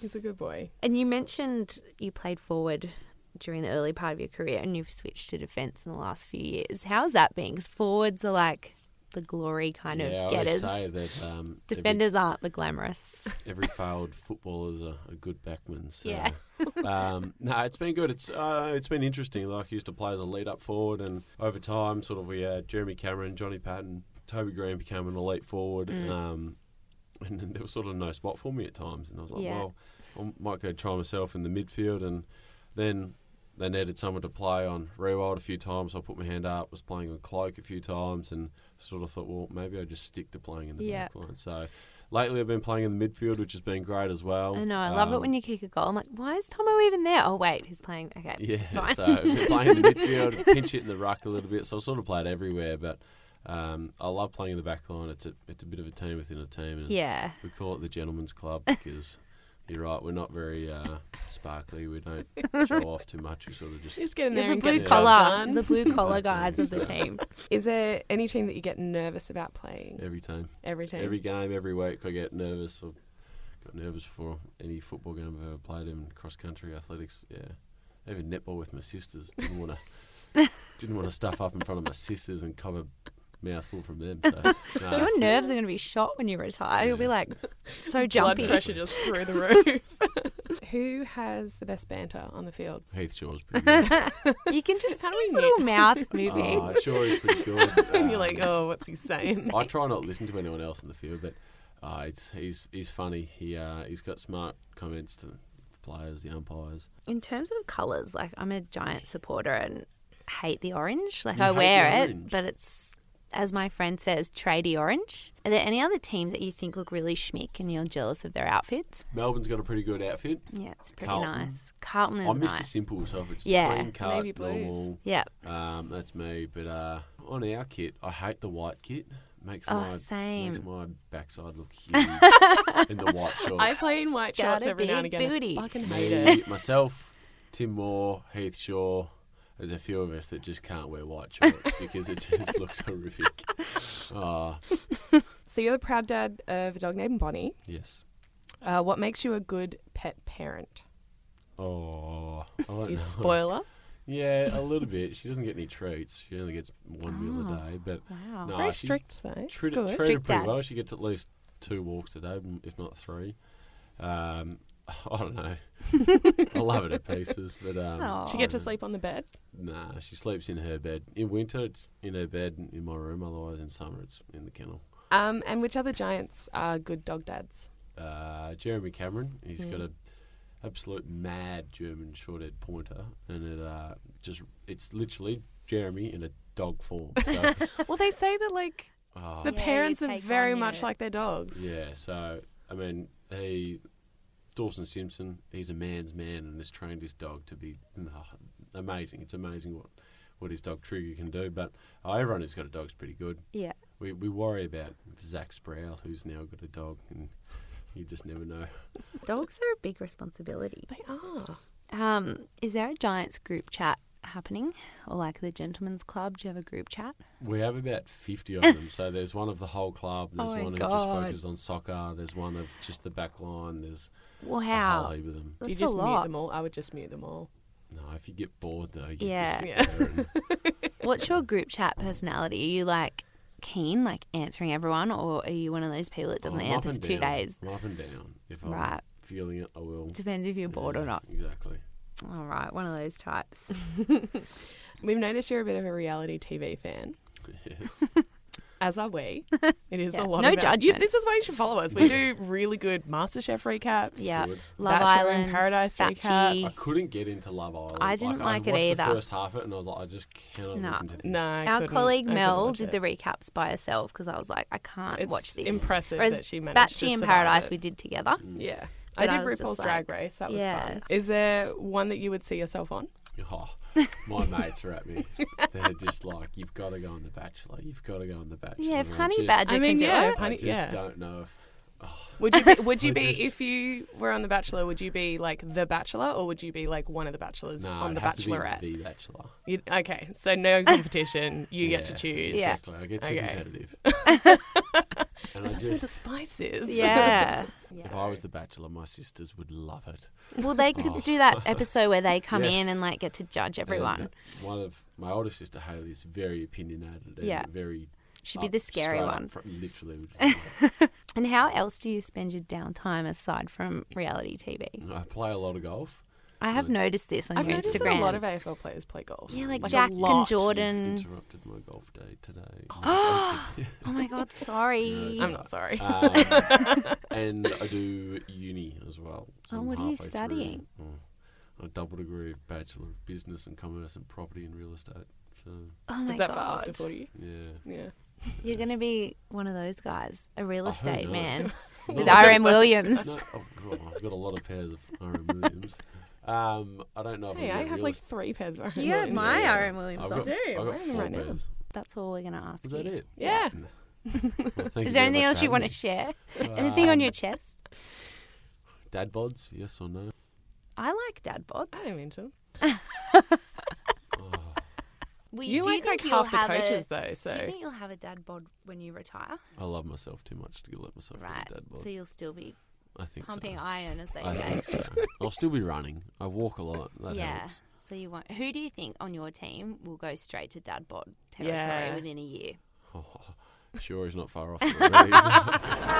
S1: He's a good boy.
S2: And you mentioned you played forward during the early part of your career and you've switched to defence in the last few years. How's that been? 'Cause forwards are like the glory kind
S3: yeah,
S2: of
S3: I always
S2: getters.
S3: say that um, every-
S2: Defenders aren't the glamorous.
S3: every failed footballer is a, a good backman. So.
S2: Yeah.
S3: um, no, it's been good. It's uh, it's been interesting. Like I used to play as a lead up forward, and over time, sort of we had Jeremy Cameron, Johnny Patton, Toby Green became an elite forward,
S2: Mm.
S3: um, and then there was sort of no spot for me at times. And I was like,
S2: Yeah.
S3: well, I might go try myself in the midfield, and then. They needed someone to play on Rewild a few times. I put my hand up, was playing on Cloak a few times, and sort of thought, well, maybe I just stick to playing in the
S2: Yeah.
S3: back line. So lately I've been playing in the midfield, which has been great as well.
S2: I know, I love it
S3: Um,
S2: when you kick a goal. I'm like, why is Tomo even there? Oh, wait, he's playing. Okay. it's
S3: yeah,
S2: fine.
S3: so I've been playing in the midfield, pinch it in the ruck a little bit. So I sort of played everywhere, but um, I love playing in the back line. It's a it's a bit of a team within a team, and
S2: Yeah.
S3: we call it the gentleman's club because you're right, we're not very uh, sparkly. We don't show off too much. We sort of just
S1: Just get in there
S2: You're the
S1: and get
S2: blue
S1: the job
S2: collar,
S1: done.
S2: the blue collar
S3: Exactly.
S2: guys of the
S3: So-
S2: team.
S1: Is there any team that you get nervous about playing?
S3: every time,
S1: Every team.
S3: every game, every week. I get nervous. I've got nervous for any football game I've ever played in cross country athletics. Yeah, even netball with my sisters. Didn't want to. didn't want to stuff up in front of my sisters and cover mouthful from them. So, no,
S2: Your
S3: it's-
S2: nerves are going to be shot when you retire. You'll be
S3: Yeah.
S2: like so
S1: Blood
S2: jumpy.
S1: pressure just through the roof. Who has the best banter on the field?
S3: Heath Shaw's pretty good.
S2: You can just have
S1: How do we
S2: these
S1: know?
S2: little mouth moving.
S3: oh, Shaw is pretty good.
S1: And you're like,
S3: Um,
S1: oh, what's he saying?
S3: I try not to listen to anyone else in the field, but uh, it's, he's he's funny. He uh, he's got smart comments to players, the umpires.
S2: In terms of colours, like I'm a giant supporter and hate the orange. Like
S3: You
S2: I
S3: hate the
S2: wear it,
S3: orange?
S2: but it's as my friend says, tradie orange. Are there any other teams that you think look really schmick and you're jealous of their outfits?
S3: Melbourne's got a pretty good outfit.
S2: Yeah, it's pretty
S3: Carlton.
S2: nice. Carlton is
S3: I'm Mr.
S2: nice.
S3: Simple, so if it's
S2: Yeah.
S3: clean cut,
S1: Navy blues.
S3: normal,
S2: Yeah.
S3: um, that's me. But uh, on our kit, I hate the white kit. Makes
S2: Oh,
S3: my makes
S2: same.
S3: my backside look huge in the white shorts.
S1: I play in white
S2: Got
S1: shorts
S2: a
S1: every now and
S2: big
S1: again.
S2: booty.
S1: I fucking hate it.
S3: Me, myself, Tim Moore, Heath Shaw. There's a few of us that just can't wear white shorts because it just looks horrific. Ah,
S1: So you're the proud dad of a dog named Bonnie.
S3: yes.
S1: Uh, what makes you a good pet parent?
S3: Oh, I don't know.
S1: You spoiler.
S3: Yeah, a little bit. She doesn't get any treats. She only gets one meal a
S2: Oh.
S3: day, but
S2: Wow.
S1: It's
S3: No,
S1: very
S3: she's
S1: strict though. It's
S3: treated,
S1: good.
S3: treated
S2: Strict
S3: pretty
S2: dad.
S3: well. She gets at least two walks a day, m- if not three. Um, I don't know. I love it at pieces, but um,
S2: Aw.
S3: I
S1: She get to
S3: don't know.
S1: sleep on the bed.
S3: Nah, she sleeps in her bed. In winter, it's in her bed in my room. Otherwise, in summer, it's in the kennel.
S1: Um, and which other giants are good dog dads?
S3: Uh, Jeremy Cameron, he's got
S1: Mm.
S3: a absolute mad German short-haired pointer, and it uh, just it's literally Jeremy in a dog form. So,
S1: well, they say that like
S3: oh,
S1: the
S2: Yeah, you
S1: parents are
S2: take
S1: very
S2: on
S1: much
S2: it.
S1: like their dogs.
S3: Yeah, so I mean, he Dawson Simpson, he's a man's man and has trained his dog to be oh, amazing. It's amazing what what his dog Trigger can do. But oh, everyone who's got a dog's pretty good.
S2: Yeah.
S3: We we worry about Zach Sproul, who's now got a dog, and you just never know.
S2: Dogs are a big responsibility.
S1: They are.
S2: Um, is there a Giants group chat happening? Or like the Gentlemen's Club? Do you have a group chat?
S3: We have about fifty of them. so there's one of the whole club. There's
S2: Oh
S3: one
S2: my
S3: who just
S2: God.
S3: focuses on soccer. There's one of just the back line. There's a whole
S2: Wow.
S3: heap of them.
S2: That's
S1: you just
S2: a
S1: mute
S2: lot.
S1: them all. I would just mute them all.
S3: No, if you get bored though, you
S2: Yeah.
S3: just sit
S1: Yeah.
S3: there and-
S2: What's your group chat personality? Are you like keen, like answering everyone, or are you one of those people that
S1: Oh,
S2: doesn't
S3: I'm up
S2: answer for
S3: and
S2: two
S3: down.
S2: days?
S3: I'm up and down. If I'm
S2: Right.
S3: feeling it, I will.
S2: Depends if you're bored
S3: Yeah,
S2: or not.
S3: Exactly.
S2: All right, one of those types.
S1: We've noticed you're a bit of a reality TV fan,
S3: Yes.
S1: as are we. It is
S2: Yeah.
S1: a lot.
S2: No
S1: about-
S2: judgment.
S1: This is why you should follow us. We do really good MasterChef recaps.
S2: Yeah.
S3: Good.
S2: Love
S1: Bachelor in
S2: Island,
S1: Paradise
S2: Fatchies.
S1: recap.
S3: I couldn't get into Love Island.
S2: I didn't like it
S3: watched
S2: either.
S3: The first half of it, and I was like, I just cannot
S2: No.
S3: listen to this.
S1: No, I
S2: Our
S1: couldn't-
S2: colleague
S1: I couldn't
S2: Mel
S1: watch
S2: did
S1: it.
S2: the recaps by herself because I was like, I can't
S1: It's
S2: watch this.
S1: impressive
S2: Whereas
S1: that she managed to
S2: Batchy in
S1: survive
S2: Paradise
S1: it. Mm.
S2: we did together.
S1: Yeah. I
S2: But
S1: did
S2: I was just
S1: RuPaul's
S2: like-
S1: Drag Race. That was
S2: Yeah.
S1: fun. Is there one that you would see yourself on?
S3: Oh, my mates are at me. They're just like, you've got to go on The Bachelor. You've got to go on The Bachelor.
S2: Yeah, if
S3: and I
S2: Honey
S3: just-
S2: Badger
S1: I mean,
S2: can do
S1: yeah.
S2: it.
S3: I
S1: Honey-
S3: just
S1: yeah.
S3: don't know if
S1: Would you be, would you
S3: I
S1: be
S3: just-
S1: if you were on The Bachelor? Would you be like the Bachelor, or would you be like one of the Bachelors
S3: no,
S1: on
S3: it'd
S1: The
S3: have to be
S1: Bachelorette?
S3: The Bachelor.
S1: You, okay, so no competition. You get to
S3: Yeah,
S1: choose.
S2: Yeah.
S3: Exactly. I get too
S1: Okay.
S3: competitive. and I
S1: That's where
S3: just,
S1: the spice is.
S2: Yeah.
S3: if I was The Bachelor, my sisters would love it.
S2: Well, they
S1: Oh.
S2: could do that episode where they come in
S3: Yes.
S2: and like get to judge everyone.
S3: And, uh, one of my older sister Haley is very opinionated. And
S2: Yeah.
S3: very.
S2: Should be
S3: up-
S2: the scary
S3: Oh, straight up
S2: one.
S3: front, literally. which is like,
S2: And how else do you spend your downtime aside from reality TV?
S3: I play a lot of golf.
S2: I have noticed this on
S1: I've
S2: your
S1: noticed that
S2: Instagram.
S1: a lot of AFL players play golf.
S2: yeah, like,
S1: Like a
S2: Jack and
S1: lot.
S3: You've
S2: Jordan.
S3: interrupted my golf day today. Um,
S2: Oh my god, sorry.
S3: it's
S1: I'm not sorry.
S2: Oh
S3: Um, and I do uni as well.
S2: Oh,
S3: I'm
S2: what are you
S3: halfway through,
S2: studying?
S3: mm, a double degree of Bachelor of Business and Commerce and Property and Real Estate. So
S2: oh my
S1: is that for
S2: god.
S1: after forty?
S3: yeah,
S1: Yeah.
S2: You're going to be one of those guys, a real
S3: Oh, who
S2: estate
S3: knows?
S2: man with
S3: No, I-
S2: RM Williams.
S3: No, I've, got, I've got a lot of pairs of RM Williams. Um, I don't know. if
S1: Hey, I
S3: I'm gonna
S1: have
S3: real
S1: like
S3: estate-
S1: three pairs. of
S2: You have
S1: Irons.
S2: my
S3: Yeah.
S2: RM Williams on.
S3: I've got,
S1: I do.
S3: I've
S1: I
S3: got
S1: have them
S3: four
S1: right now.
S3: pairs.
S2: That's all we're going to ask
S3: Is
S2: you.
S3: that it?
S1: Yeah.
S3: Well, thank
S2: Is
S3: you
S2: there
S3: very
S2: anything
S3: much
S2: else
S3: for
S2: you want to
S3: having
S2: share?
S3: me.
S2: Anything on
S3: Um,
S2: your chest?
S3: dad bods? Yes or no?
S2: I like dad bods.
S1: I don't mean to.
S3: Oh,
S2: Well,
S1: You
S2: do
S1: like like
S2: think you'll
S1: half the
S2: have a-
S1: coaches though,
S2: Do you
S1: so
S2: think you'll have a dad bod when you retire?
S3: I love myself too much to let myself
S2: Right.
S3: get a dad bod.
S2: So you'll still be
S3: I think
S2: pumping
S3: so.
S2: iron as they
S3: I
S2: say.
S3: think so. I'll still be running. I walk a lot. That
S2: yeah.
S3: helps.
S2: So you want who do you think on your team will go straight to dad bod territory
S1: Yeah.
S2: within a year?
S3: sure, he's not far off. from it, really, is he?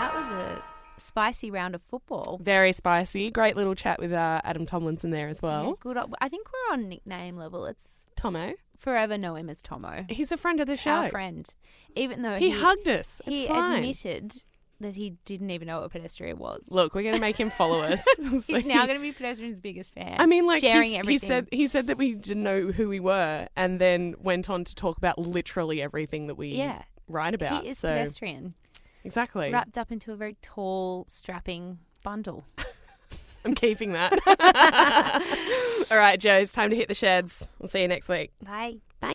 S2: That was a spicy round of football.
S1: very spicy. Great little chat with uh, Adam Tomlinson there as
S2: Yeah,
S1: well.
S2: good. op- I think we're on nickname level. It's
S1: Tomo,
S2: forever know him as Tomo,
S1: he's a friend of the show.
S2: our friend. Even though
S1: He,
S2: uh, he,
S1: hugged us.
S2: he
S1: it's fine.
S2: admitted that he didn't even know what pedestrian was.
S1: Look, we're going to make him follow us. So
S2: He's now going to be pedestrian's biggest fan.
S1: I mean, like
S2: sharing
S1: he's- he
S2: everything.
S1: said, he said that we didn't know who we were, and then went on to talk about literally everything that we
S2: yeah,
S1: write about.
S2: he is
S1: so
S2: pedestrian,
S1: exactly,
S2: wrapped up into a very tall, strapping bundle.
S1: I'm keeping that. All right, Joe, it's time to hit the sheds. We'll see you next week.
S2: Bye.